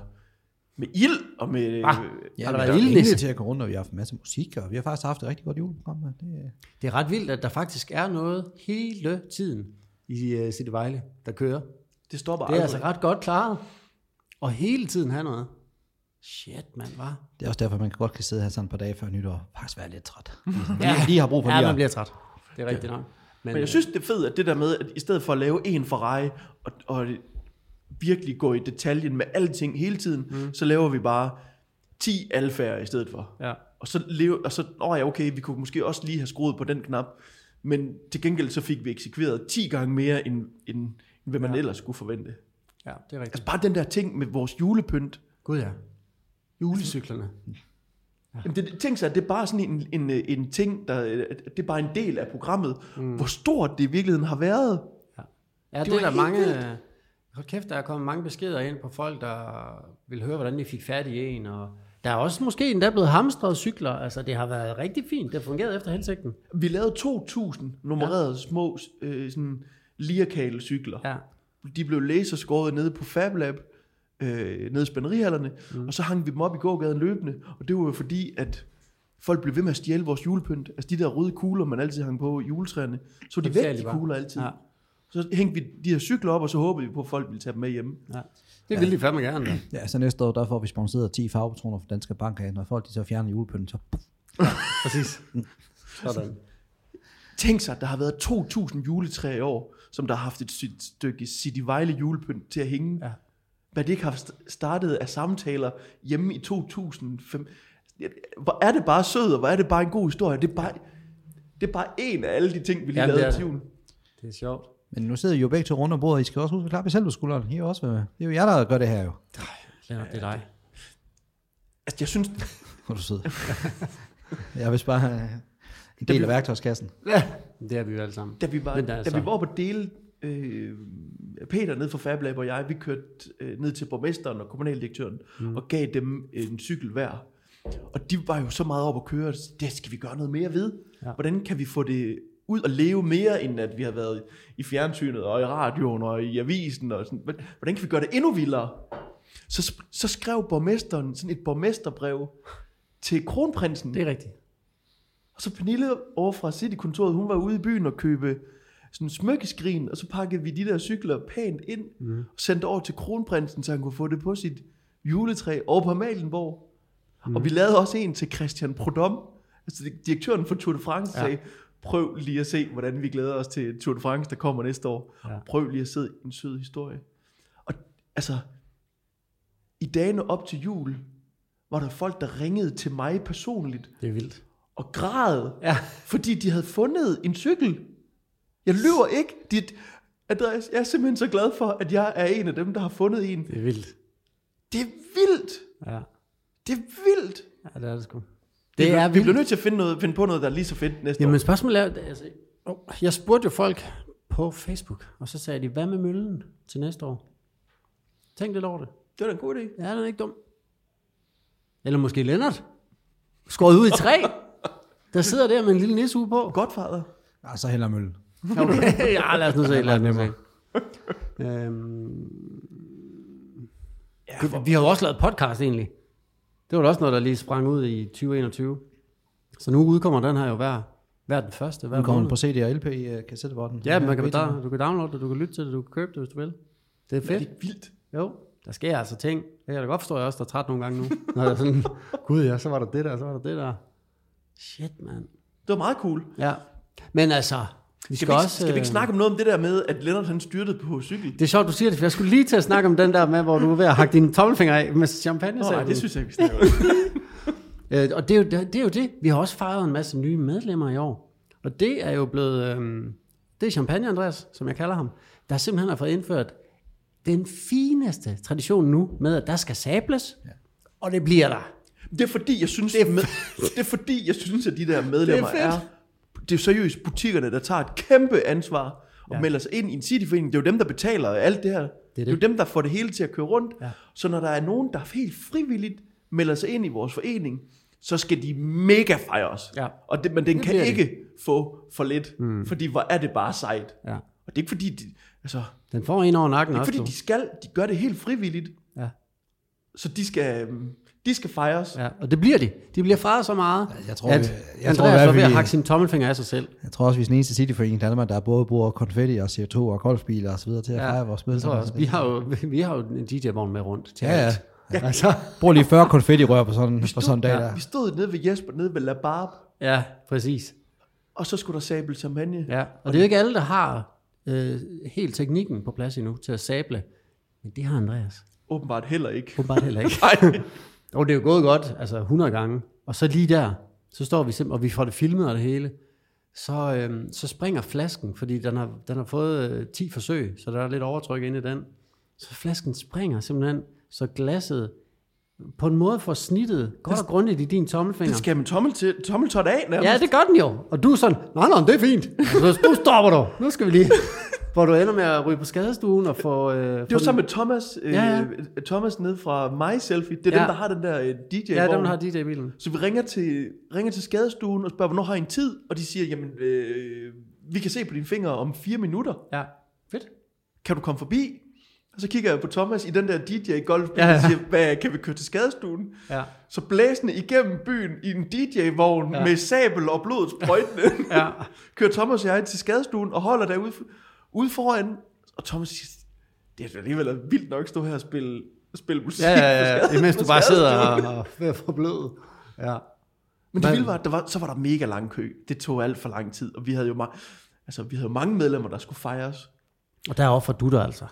med ild og med... øh, Ah, Ja, Har men der der, været der er ildnisse? ingen til at gå rundt, og vi har haft en masse musik, og vi har faktisk haft et rigtig godt juleprogram. mand. Det, er- Det er ret vildt, at der faktisk er noget hele tiden i uh, City Vejle, der kører. Det stopper Det er aldrig. altså ret godt klaret. Og hele tiden have noget. Shit, mand, var. det er også derfor, man kan godt kan sidde her sådan et par dage før nytår, og faktisk være lidt træt. ja. Lige har brug for Ja, lige man at- bliver træt. Det er rigtigt nok. Men øh, jeg synes, det er fedt, at det der med, at i stedet for at lave en Ferrari, og, og virkelig gå i detaljen med alting hele tiden, mm. så laver vi bare 10 alfaer i stedet for. Ja. Og så, leve, og så åh ja, okay, vi kunne måske også lige have skruet på den knap, men til gengæld så fik vi eksekveret 10 gange mere, end, end, end hvad man ja. ellers skulle forvente. ja, det er Altså rigtigt. bare den der ting med vores julepynt. Gud ja. Julecyklerne. Jamen, det, tænk sig, at det er bare sådan en, en, øh, en ting, der, øh, det er bare en del af programmet. Mm. Hvor stort det i virkeligheden har været. Ja, ja det, det var er der helt mange... vildt. Hold kæft, der er kommet mange beskeder ind på folk, der vil høre, hvordan de fik fat i en. Og der er også måske endda blevet hamstret cykler. Altså, det har været rigtig fint. Det har fungeret efter hensigten. Vi lavede 2.000 nummererede ja. små øh, sådan lirkalecykler. Ja. Ja. De blev laserskåret nede på FabLab, øh, nede i spænderihallerne, mm. og så hang vi dem op i gågaden løbende. Og det var jo fordi, at folk blev ved med at stjæle vores julepynt. Altså de der røde kugler, man altid hang på juletræerne, så var de Det væk, stjal de de bare. kugler altid. Ja. Ja. Så hængte vi de her cykler op, og så håbede vi på, at folk ville tage dem med hjemme. ja. Det vil de fandme gerne. Da. Ja, så næste år, der får vi sponsoreret 10 farvepatroner fra Danske Bank af. Når folk de så fjerner julepynten, så puff, Præcis. Sådan. Tænk sig, at der har været 2.000 juletræer i år, som der har haft et sy- stykke City Vejle julepynt til at hænge. Ja. Ja. Hvad det ikke har st- startet af samtaler hjemme i 2005. Ja, Hvor er det bare sød, og hvor er det bare en god historie. Det er bare, det er bare en af alle de ting, vi lige Jamen, lavede det er til det. jul. Det er sjovt. Men nu sidder I jo begge til rundt om bordet, I skal også huske at klappe jer selv på skulderen. I er jo også med. Det er jo jer, der gør det her jo. Lennart, det er dig. Altså, jeg synes, Hvor er du sød. jeg vil bare have en del af værktøjskassen. Ja. Det er vi jo alle sammen. da vi var, Men der er da så- vi var oppe at dele øh, Peter ned fra Fablab og jeg, vi kørte øh, ned til borgmesteren og kommunaldirektøren mm. og gav dem en cykel hver. Og de var jo så meget op at køre, at det skal vi gøre noget mere ved. Ja. Hvordan kan vi få det ud og leve mere, end at vi har været i fjernsynet og i radioen og i avisen. Og sådan. Hvordan kan vi gøre det endnu vildere? Så, sp- så skrev borgmesteren sådan et borgmesterbrev til kronprinsen. Det er rigtigt. Og så Pernille over fra Citykontoret, hun var ude i byen og købe sådan smykkeskrin, og så pakkede vi de der cykler pænt ind mm. og sendte over til kronprinsen, så han kunne få det på sit juletræ over på Amalienborg. Mm. Og vi lavede også en til Christian Prodom, altså direktøren for Tour de France, ja. sagde, prøv lige at se, hvordan vi glæder os til Tour de France, der kommer næste år. Ja. Prøv lige at se en sød historie. Og altså, i dagene op til jul, var der folk, der ringede til mig personligt Det er vildt. og græd, ja. fordi de havde fundet en cykel. Jeg lyver ikke. Dit, Andreas, jeg er simpelthen så glad for, at jeg er en af dem, der har fundet en. Det er vildt. Det er vildt. Ja, Det er vildt. ja det er det sgu. Det, Vi bliver- Vi bliver nødt til at finde, noget, finde på noget, der er lige så fedt næste Jamen år. spørgsmålet er, altså, oh, jeg spurgte jo folk på Facebook, og så sagde de, hvad med møllen til næste år? Tænk lidt over det. Det var da en god idé. Ja, den er ikke dum. Eller måske Lennart. Skåret ud i træ. Der sidder der med en lille nisseuge på. Godfather. Ah, så heller mølle. Okay. ja, lad os nu se. Lad os nu se. Øhm, Ja, vi har jo også lavet podcast egentlig. Det var da også noget, der lige sprang ud i 2021. Så nu udkommer den her jo hver, hver den første. Hver Nu kommer den måned. på CD og LP øh, kassettebånden. Ja, man kan, der, du kan downloade det, du kan lytte til det, du kan købe det, hvis du vil. Det er det er fedt. ikke vildt. Jo, der sker altså ting. Det kan jeg da godt forstå, at jeg også er træt nogle gange nu. Når jeg er sådan, gud ja, så var der det der, så var der det der. Shit, mand. Det var meget cool. Ja, men altså, vi skal, Skal vi, ikke, også... skal vi ikke øh, snakke om noget om det der med, at Lennart han styrtede på cykel? Det er sjovt, du siger det, for jeg skulle lige til at snakke om den der med, hvor du var ved at hakke dine tommelfingre af med champagne. Nå, nej, sagde det du. synes jeg, vi snakker om. Øh, og det er, jo, det, det er jo det. Vi har også fejret en masse nye medlemmer i år. Og det er jo blevet... Øh, det er Champagne Andreas, som jeg kalder ham, der simpelthen har fået indført den fineste tradition nu med, at der skal sables, ja. og det bliver der. Det er fordi, jeg synes, det er, med, det er fordi, jeg synes at de der medlemmer Det det er er, fedt. det er seriøst butikkerne, der tager et kæmpe ansvar og ja. melder sig ind i en cityforening. Det er jo dem, der betaler alt det her. Det er, det. det er jo dem, der får det hele til at køre rundt. Ja. Så når der er nogen, der helt frivilligt melder sig ind i vores forening, så skal de mega fejre os. Ja. Og det, men den det kan bliver de. ikke få for lidt, mm. fordi hvor er det bare sejt. Ja. Og det er ikke fordi, de, altså, det Den får en over nakken er også, fordi du. de skal, de gør det helt frivilligt, Ja. så de skal, øhm, de skal fejres. Ja, og det bliver de. De bliver fejret så meget, jeg tror, at vi- Andreas jeg tror i hvert var fald, ved at vi- hakke sine tommelfinger af sig selv. Jeg tror også, vi er den eneste cityforening i Danmark, der både bruger konfetti og CO2 og golfbiler og så videre til at Ja, fejre vores Jeg møde. tror også, vi har jo, vi har jo en DJ-vogn med rundt til Ja, ja. alt. Altså, Brug lige 40 konfettirør på sådan, på sådan en dag ja. der. Vi stod nede ved Jesper, nede ved La Barbe, ja, præcis. og så skulle der sable champagne. Ja, og det er jo ikke alle, der har øh, helt teknikken på plads endnu til at sable. Men det har Andreas. Åbenbart heller ikke. Hun bare heller ikke. Nej, Og det er jo gået godt, altså 100 gange. Og så lige der, så står vi simpelthen, og vi får det filmet og det hele. Så, øhm, så springer flasken, fordi den har, den har fået øh, 10 forsøg, så der er lidt overtryk inde i den. Så flasken springer simpelthen, så glasset på en måde får snittet godt og grundigt i din tommelfinger. det skal man tommel til, tommeltot af nærmest. Ja, det gør den jo. Og du er sådan, nej, nej, det er fint. Så nu stopper du. Nu skal vi lige. Hvor du ender med at ryge på skadestuen og få... Øh, det var sammen med Thomas, øh, Ja, ja, ja. ja. Thomas nede fra My Selfie. Det Ja. er ja. dem, der har den der øh, dj Ja, dem har DJ-bilen. Så vi ringer til, ringer til skadestuen og spørger, hvornår har I en tid? Og de siger, jamen, øh, vi kan se på dine fingre om fire minutter. Ja, fedt. Kan du komme forbi? Og så kigger jeg på Thomas i den der dj golf Ja, ja, ja. ja. og siger, hvad, kan vi køre til skadestuen? Ja. Så blæsende igennem byen i en DJ-vogn Ja. ja. med sabel og blodet sprøjtende. Ja. kører Thomas og jeg til skadestuen og holder derude ude foran. Og Thomas siger, det er da alligevel vildt nok at stå her og spille, spille musik. Ja, på ja, ja. skade- Imens på du bare skadestuen." sidder og og er forblødet. Ja. Men det Men- vilde var, at der var, så var der mega lang kø. Det tog alt for lang tid, og vi havde jo, ma- altså, vi havde jo mange medlemmer, der skulle fejres. Og der offrer du dig altså.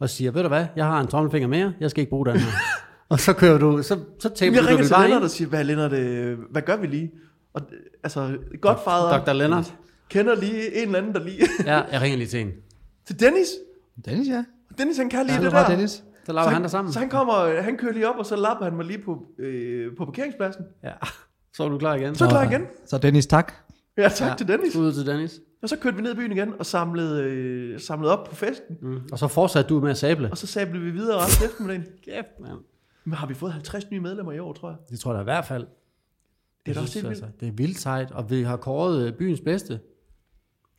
Og siger, ved du hvad, jeg har en tommelfinger mere, jeg skal ikke bruge den her. og så kører du, så, så Men taber jeg du ringer den til bare Lennart ind. og siger, hvad, Lennart, øh, hvad gør vi lige? Og, øh, altså, Godfather Dr. Lennart. kender lige en eller anden, der lige... Ja, jeg ringer lige til en. til Dennis. Dennis, ja. Dennis, han kan lige Ja, det det var der. Dennis. Så Så laver han der sammen. Så han kommer, øh, han kører lige op, og så lapper han mig lige på, øh, på parkeringspladsen. Ja. Så er du klar igen. Så er jeg klar igen. Så øh, Dennis, tak. Ja, tak ja. til Dennis. Ud til Dennis. Og så kørte vi ned i byen igen og samlede, øh, samlede op på festen. Mm. Og så fortsatte du med at sable. Og så sagde vi videre resten af eftermiddagen. Kæft, mand. Men har vi fået 50 nye medlemmer i år, tror jeg? Det tror jeg da i hvert fald. Det er da Jeg også synes, altså, helt vildt. det er vildt sejt, og vi har kåret øh, byens bedste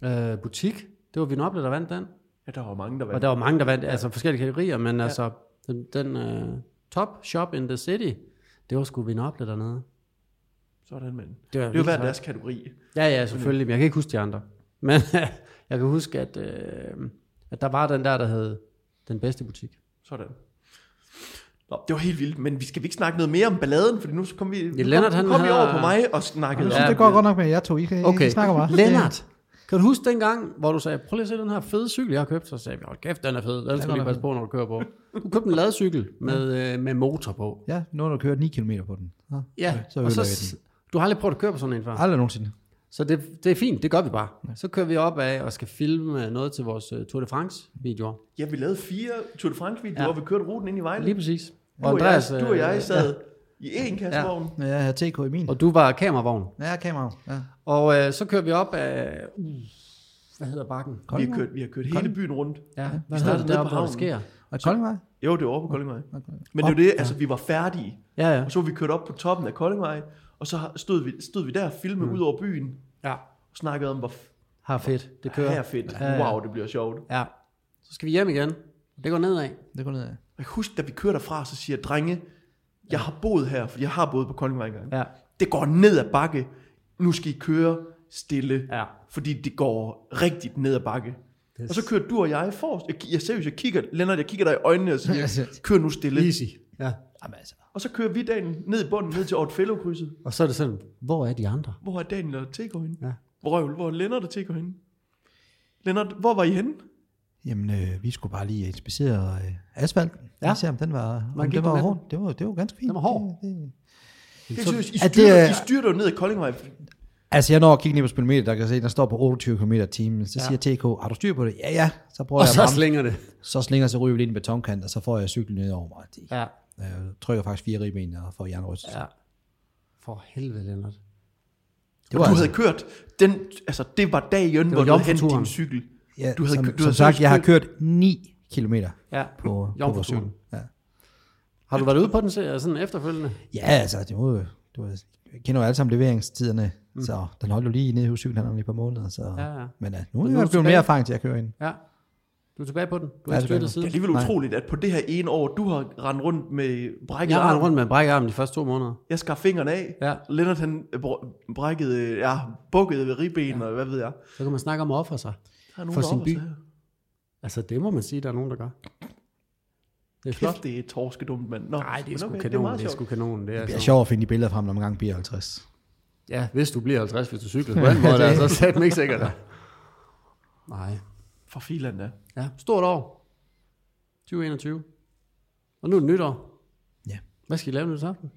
øh, butik. Det var Vinople, der vandt den. Ja, der var mange, der var. Og der var mange, der vandt, altså forskellige kategorier, men altså den, den øh, top shop in the city, det var sgu Vinople dernede. Sådan, men. Det var Det var vildt hver sejt. deres kategori. Ja, ja, selvfølgelig, men jeg kan ikke huske de andre. Men øh, jeg kan huske, at, øh, at der var den der, der hed den bedste butik. Sådan. Nå, det var helt vildt, men vi skal vi ikke snakke noget mere om balladen, for nu kom vi, nu Lennart, kom, han nu kom vi har- over på mig og snakkede Jeg om synes, det går godt nok med jer to. I, kan, okay. I snakker bare. Lennart, kan du huske den gang, hvor du sagde, prøv lige at se den her fede cykel, jeg har købt? Så sagde vi, hold kæft, den er fed, den skal du lige passe på, når du kører på. Du købte en ladecykel med, øh, med motor på. Ja, nu har du kørt 9 km på den. Ja, Ja, så og ødelægger så, jeg den. s- du har aldrig prøvet at køre på sådan en før. Aldrig nogensinde. Så det, det er fint, det gør vi bare. Så kører vi op af og skal filme øh, noget til vores øh, Tour de France-videoer. Ja, vi lavede fire Tour de France-videoer, Ja. ja. vi kørte ruten ind i Vejle. Lige præcis. du, og jeg, øh, du og jeg sad i én kassevogn. Ja, jeg havde TK i min. Og du var kameravogn. Ja, kamera. Ja. Og øh, så kører vi op af... Uh, hvad hedder bakken? Vi Koldingvej. har kørt, vi har kørt hele byen rundt. Ja, vi hvad hedder startede det nede der, hvor på det havnen. sker? Og Koldingvej? Jo, det var over på Koldingvej. Okay. Men det var det, altså vi var færdige. Ja, ja. Og så var vi kørt op på toppen af Koldingvej, og så har- stod vi, stod vi der og filmede mm. ud over byen, ja. og snakkede om, hvor f- Har fedt, det kører. her er fedt. Ja, ja. Wow, det bliver sjovt. Ja. Så skal vi hjem igen. Det går nedad. Det øh, går nedad. Og jeg husker, da vi kører derfra, så siger jeg, drenge, jeg har boet her, for jeg har boet på Koldingvej engang. Ja. Det går ned ad bakke. Nu skal I køre stille. Ja. Fordi det går rigtigt ned ad bakke. Yes. Og så kører du og jeg forrest. Jeg, jeg seriøst, jeg kigger, Lennart, jeg kigger dig i øjnene og siger, kør nu stille. Ja. Jamen altså. Og så kører vi Daniel ned i bunden, ned til Ortfellow-krydset. Og så er det sådan, hvor er de andre? Hvor er Daniel og TK henne? Ja. Hvor, er- hvor er Lennart og TK henne? Lennart, hvor var I henne? Jamen, øh, vi skulle bare lige inspicere øh, asfalten. Ja. Ja. Lige se, om den var, om gik det du var med hård. Det var, det var ganske fint. Den var hård. Det, det. Jeg synes, I at styrter, det er- I styrter jo ned ad Koldingvej. Altså, jeg når at kigge ned på speedometer, der kan jeg se, der står på 28 km i timen. Så siger TK, har du styr på det? Ja, ja. Så prøver Og jeg så at bremse. slinger det. Så slinger jeg, så ryger vi lige en betonkant, og så får jeg cyklen ned over mig. Det, Ja. Jeg trykker faktisk fire ribben og får jernryst. Ja. ja. For helvede, Lennart. Det Og var du altså, havde kørt, den, altså det var dagen, hvor du havde hentet jomfruturen. din cykel. ja, du havde, som, kø- du som havde sagt, seriøst jeg har kørt 9 km Ja. på, på vores cykel. Jomfruturen. Ja. Har du været ude på den se- sådan efterfølgende? ja, altså, det må jo- du ved, jeg kender jo alle sammen leveringstiderne, mm. så den holdt jo lige nede hos cyklen om et par måneder. Så. Ja, ja. Men uh, Men nu er nu er jeg du blevet tilbage. mere erfaring til at køre ind. Ja. Du er tilbage på den. Du Ja, har ja, tilbage på den. styrtet Det er siden. alligevel utroligt, at på det her ene år, du har rendt rundt med brækket Jeg rendte arm. rundt med en brækket arm de første to måneder. Jeg skar fingrene af. Ja. Lennart han øh, br- brækkede, øh, ja, bukkede ved ribben, ja. og hvad ved jeg. Så kan man snakke om at ofre sig. Der er nogen, For der sin opper by. sig her. Altså, det må man sige, der er nogen, der gør. Det er flot. Kæft, det er torskedumt, mand. Nå, Nej, det er men sgu okay, okay, det er kanon, meget det er sjovt. sgu kanon. Det er, altså- Det sådan- er sjovt at finde de billeder frem, når man gang bliver 50. Ja, hvis du bliver 50, hvis du cykler på den måde, der, så sæt mig ikke sikkert. Nej. For filan da. Ja, stort år. 2021. Og nu er det nytår. Ja. Hvad skal I lave nytårsaften?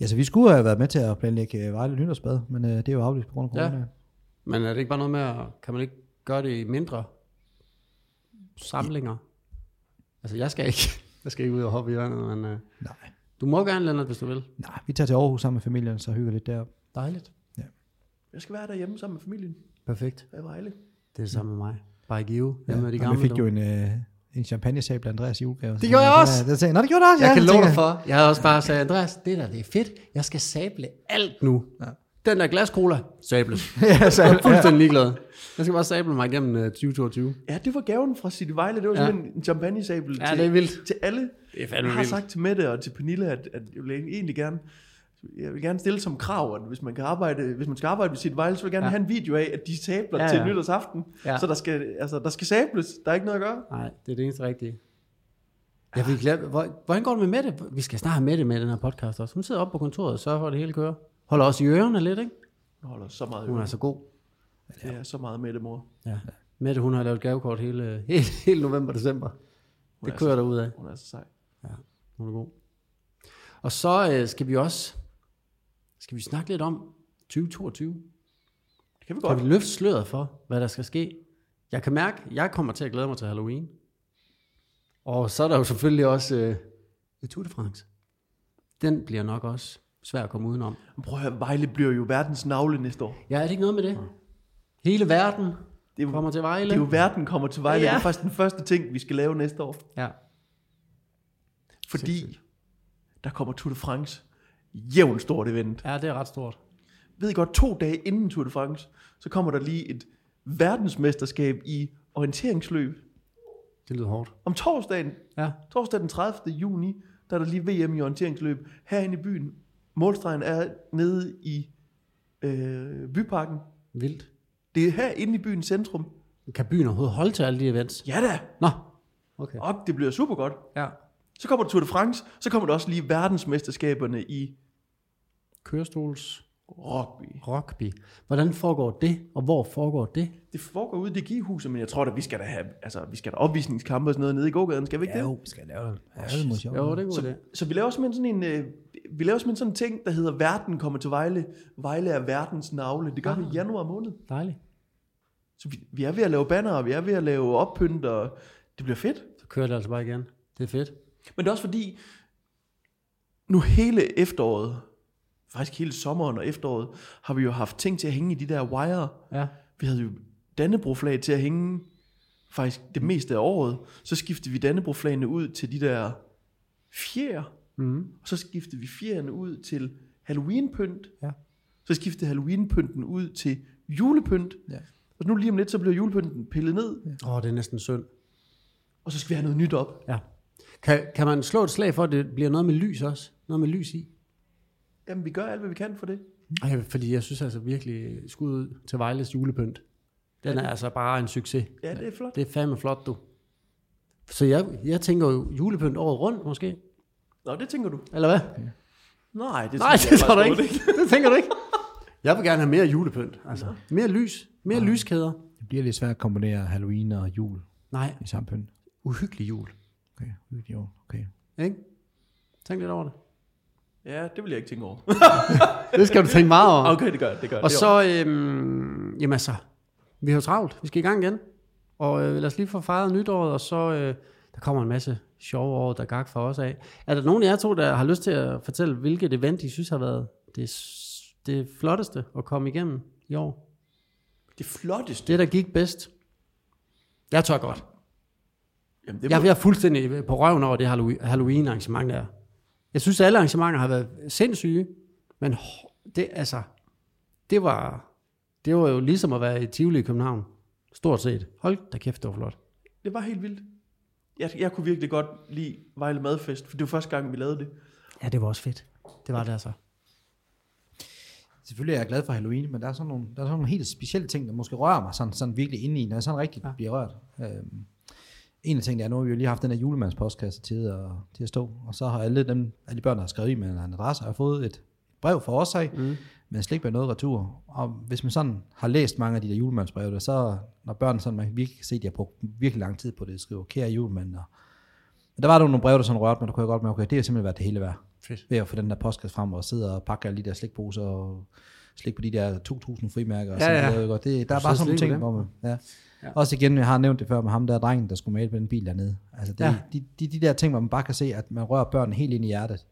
Ja, så vi skulle have været med til at planlægge øh, Vejle Nytårsbad, men øh, det er jo aflyst på grund af Ja. corona. Ja. Men er det ikke bare noget med, at, kan man ikke gøre det i mindre samlinger? Altså, jeg skal ikke. Jeg skal ikke ud og hoppe i vandet, men uh, Nej. du må gerne, Lennart, hvis du vil. Nej, vi tager til Aarhus sammen med familien, så hygger lidt derop. Dejligt. Jeg skal være derhjemme sammen med familien. Perfekt. Hvad var ejlig? Det er det samme med mig. Bare i Give. Ja, med de og gamle. vi fik du. jo en, øh, en champagnesabel af Andreas i julegave. Det gjorde jeg også! Ja, det sagde, jeg, Nå, det gjorde du også! Jeg ja, kan så love tænker dig for. Jeg havde også bare sagt, Andreas, det der, det er fedt. Jeg skal sable alt nu. Ja. Den der glaskola, sables. jeg. ja, så, Jeg er fuldstændig ligeglad. Jeg skal bare sable mig igennem øh, 2022. Ja, det var gaven fra City Vejle. Det var Ja. ja. sådan en champagnesabel Ja, til, det er vildt. til alle. Det er fandme jeg har vildt. sagt til Mette og til Pernille, at, at jeg vil egentlig gerne jeg vil gerne stille som krav, at hvis man, kan arbejde, hvis man skal arbejde med sit vejl, så vil jeg gerne Ja. ja. have en video af, at de sabler Ja, ja, ja. ja. til nytårsaften. Ja. Ja. Så der skal, altså, der skal sables. Der er ikke noget at gøre. Nej, det er det eneste rigtige. Jeg fik glemt, hvor, hvordan går det med Mette? Vi skal snart have Mette med i den her podcast også. Hun sidder oppe på kontoret og sørger for, at det hele kører. Holder også i ørerne lidt, ikke? Hun holder så meget Hun er øje. så god. Det er så meget med det, mor. Ja. Mette, hun har lavet gavekort hele, hele, hele november og december. Det er kører der ud af. Hun er så sej. Hun er god. Og så øh, skal vi også skal vi snakke lidt om 2022. Det kan vi Kan godt. vi løfte sløret for, hvad der skal ske? Jeg kan mærke, at jeg kommer til at glæde mig til Halloween. Og så er der jo selvfølgelig også øh, Tour de France. Den bliver nok også svær at komme udenom. Men Prøv at høre, Vejle bliver jo verdens navle næste år. Ja, er det ikke noget med det? Hele verden Det er jo, kommer til Vejle. det er jo verden kommer til Vejle. Ja. Ja. Det er faktisk den første ting, vi skal lave næste år. Ja. Fordi der kommer Tour de France. Jævn stort event. ja, det er ret stort. Ved I godt, to dage inden Tour de France, så kommer der lige et verdensmesterskab i orienteringsløb. Det lyder hårdt. Om torsdagen, Ja. Torsdag den 30. juni, der er der lige VM i orienteringsløb herinde i byen. Målstregen er nede i øh, byparken. Vildt. Det er herinde i byens centrum. Kan byen overhovedet holde til alle de events? Ja da, Nå. Okay. op, det bliver super godt. Ja. Så kommer der Tour de France, så kommer der også lige verdensmesterskaberne i Kørestols rugby. rugby. Hvordan foregår det, og hvor foregår det? Det foregår ude i DG-huset, men jeg tror da, vi skal da have, altså, vi skal da opvisningskampe og sådan noget nede i gågaden, skal vi ikke Ja, det? jo, vi skal lave det. Ja, det er meget sjovt. Jo, det er en god idé. Så, så vi laver simpelthen sådan en, øh, vi laver simpelthen sådan en ting, der hedder Verden kommer til Vejle. Vejle er verdens navle. Det gør vi i januar måned. Dejligt. Så vi, vi er ved at lave banner, og vi er ved at lave oppynt, og det bliver fedt. Så kører det altså bare igen. Det er fedt. Men det er også fordi, nu hele efteråret, faktisk hele sommeren og efteråret, har vi jo haft ting til at hænge i de der wire. Ja. Vi havde jo Dannebro-flag til at hænge faktisk det meste af året. Så skiftede vi Dannebro-flagene ud til de der fjer. Mm. Og så skiftede vi fjerne ud til Halloween-pynt. Ja. Så skiftede Halloween-pynten ud til julepynt. Ja. Og nu lige om lidt, så bliver julepynten pillet ned. Åh, oh, det er næsten synd. Og så skal vi have noget nyt op. Ja. Kan, kan man slå et slag for, at det bliver noget med lys også? Noget med lys i? Jamen, vi gør alt, hvad vi kan for det. Ej, fordi jeg synes altså virkelig, skud ud til Vejles julepynt. Den er altså bare en succes. Ja, det er flot. Det er fandme flot, du. Så jeg, jeg tænker jo julepynt året rundt, måske. Nå, det tænker du. Eller hvad? Nej, det, Nej, det tror du faktisk ikke. Det tænker du ikke. Jeg vil gerne have mere julepynt. Altså, mere lys. Mere lyskæder. Det bliver lidt svært at kombinere Halloween og jul Nej, i samme pynt. uhyggelig jul. Okay, jo, okay. Ikke? Tænk lidt over det. Ja, det vil jeg ikke tænke over. Det skal du tænke meget over. Okay, det gør jeg, det gør jeg. Og Det er så, øhm, jamen altså, vi har jo travlt. Vi skal i gang igen. Og øh, lad os lige få fejret nytåret, og så øh, der kommer en masse sjove år, der gak for os af. Er der nogen af jer to, der har lyst til at fortælle, hvilket event I synes har været det, s- det flotteste at komme igennem i år? ordentligt. det flotteste. Det, der gik bedst? Jeg tør godt. Jamen, det, må, Jeg, jeg er fuldstændig på røven over det Hallowe- Halloween-arrangement der. Jeg synes, alle arrangementer har været sindssyge, men hår- det, altså, det var, det var jo ligesom at være i Tivoli i København. Stort set. Hold da kæft, det var flot. det var helt vildt. Jeg, jeg kunne virkelig godt lide Vejle Madfest, for det var første gang, vi lavede det. Ja, det var også fedt. Det var det altså. Selvfølgelig er jeg glad for Halloween, men der er sådan nogle, der er sådan nogle helt specielle ting, der måske rører mig sådan, sådan virkelig indeni, når jeg sådan rigtig ja. bliver rørt. Øhm, en af tingene er, nu har vi jo lige haft den der julemandspostkasse til at, til at stå, og så har alle, dem, alle de børn, der har skrevet i med en adresse, har fået et brev fra os af, mm. men slet ikke med noget retur. Og hvis man sådan har læst mange af de der julemandsbreve, der, så når børn sådan, man kan virkelig se, at de har brugt virkelig lang tid på det, skriver, kære julemand, og men der var der nogle brev, der sådan rørte mig, der kunne jeg godt mærke, okay, det har simpelthen været det hele værd. Fedt. Ved at få den der postkasse frem og sidde og pakke alle de der slikposer og slik på de der 2.000 frimærker. Og Ja, sådan ja. noget, ikke? Og det, der er Du sidder bare sådan slik nogle ting, med hvor man... Ja. Ja. Også igen, jeg har nævnt det før med ham der drengen, der skulle male på den bil dernede. Altså det, Ja. ja. de, de, de, der ting, hvor man bare kan se, at man rører børn helt ind i hjertet,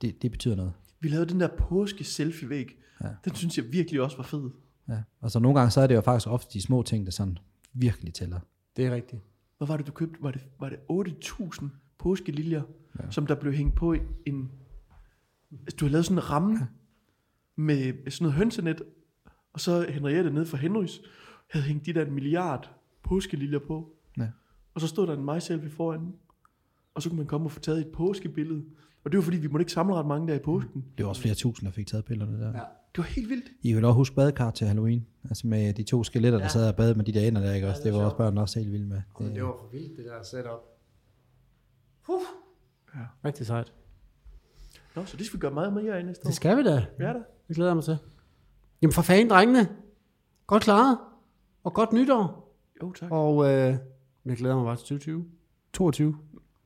det, det betyder noget. Vi lavede den der påske-selfie-væg. Ja. Den synes jeg virkelig også var fed. Ja. Og så nogle gange, så er det jo faktisk ofte de små ting, der sådan virkelig tæller. Det er rigtigt. Hvad var det, du købte? Var det, var det 8.000 påskeliljer, ja. som der blev hængt på i en... Altså, Du har lavet sådan en ramme ja. med sådan noget hønsenet, og så Henriette nede fra Henrys havde hængt de der en milliard påskeliljer på. Ja. Og så stod der en mig selfie foran, og så kunne man komme og få taget et påskebillede. Og det var fordi, vi måtte ikke samle ret mange der i påsken. Det var også flere tusind, der fik taget billederne der. Ja. Det var helt vildt. I kan også huske badekar til Halloween. Altså med de to skeletter, der sad og badede med de der ender der, ikke også? det, var også børn også helt vilde med. Det, var for vildt, det der setup. Puh. Ja. Rigtig sejt. Nå, så det skal vi gøre meget mere af næste år. Det skal vi da. Ja da. Det glæder jeg mig til. Jamen for fanden, drengene. Godt klaret. Og godt nytår. Jo, tak. Og øh, jeg glæder mig bare til 2020. 22.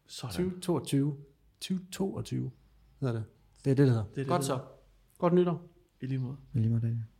Sådan. 2022. 2022 hedder det. Det er det, det hedder. det, Godt det så. Godt nytår. I lige måde. Lige måde, Daniel.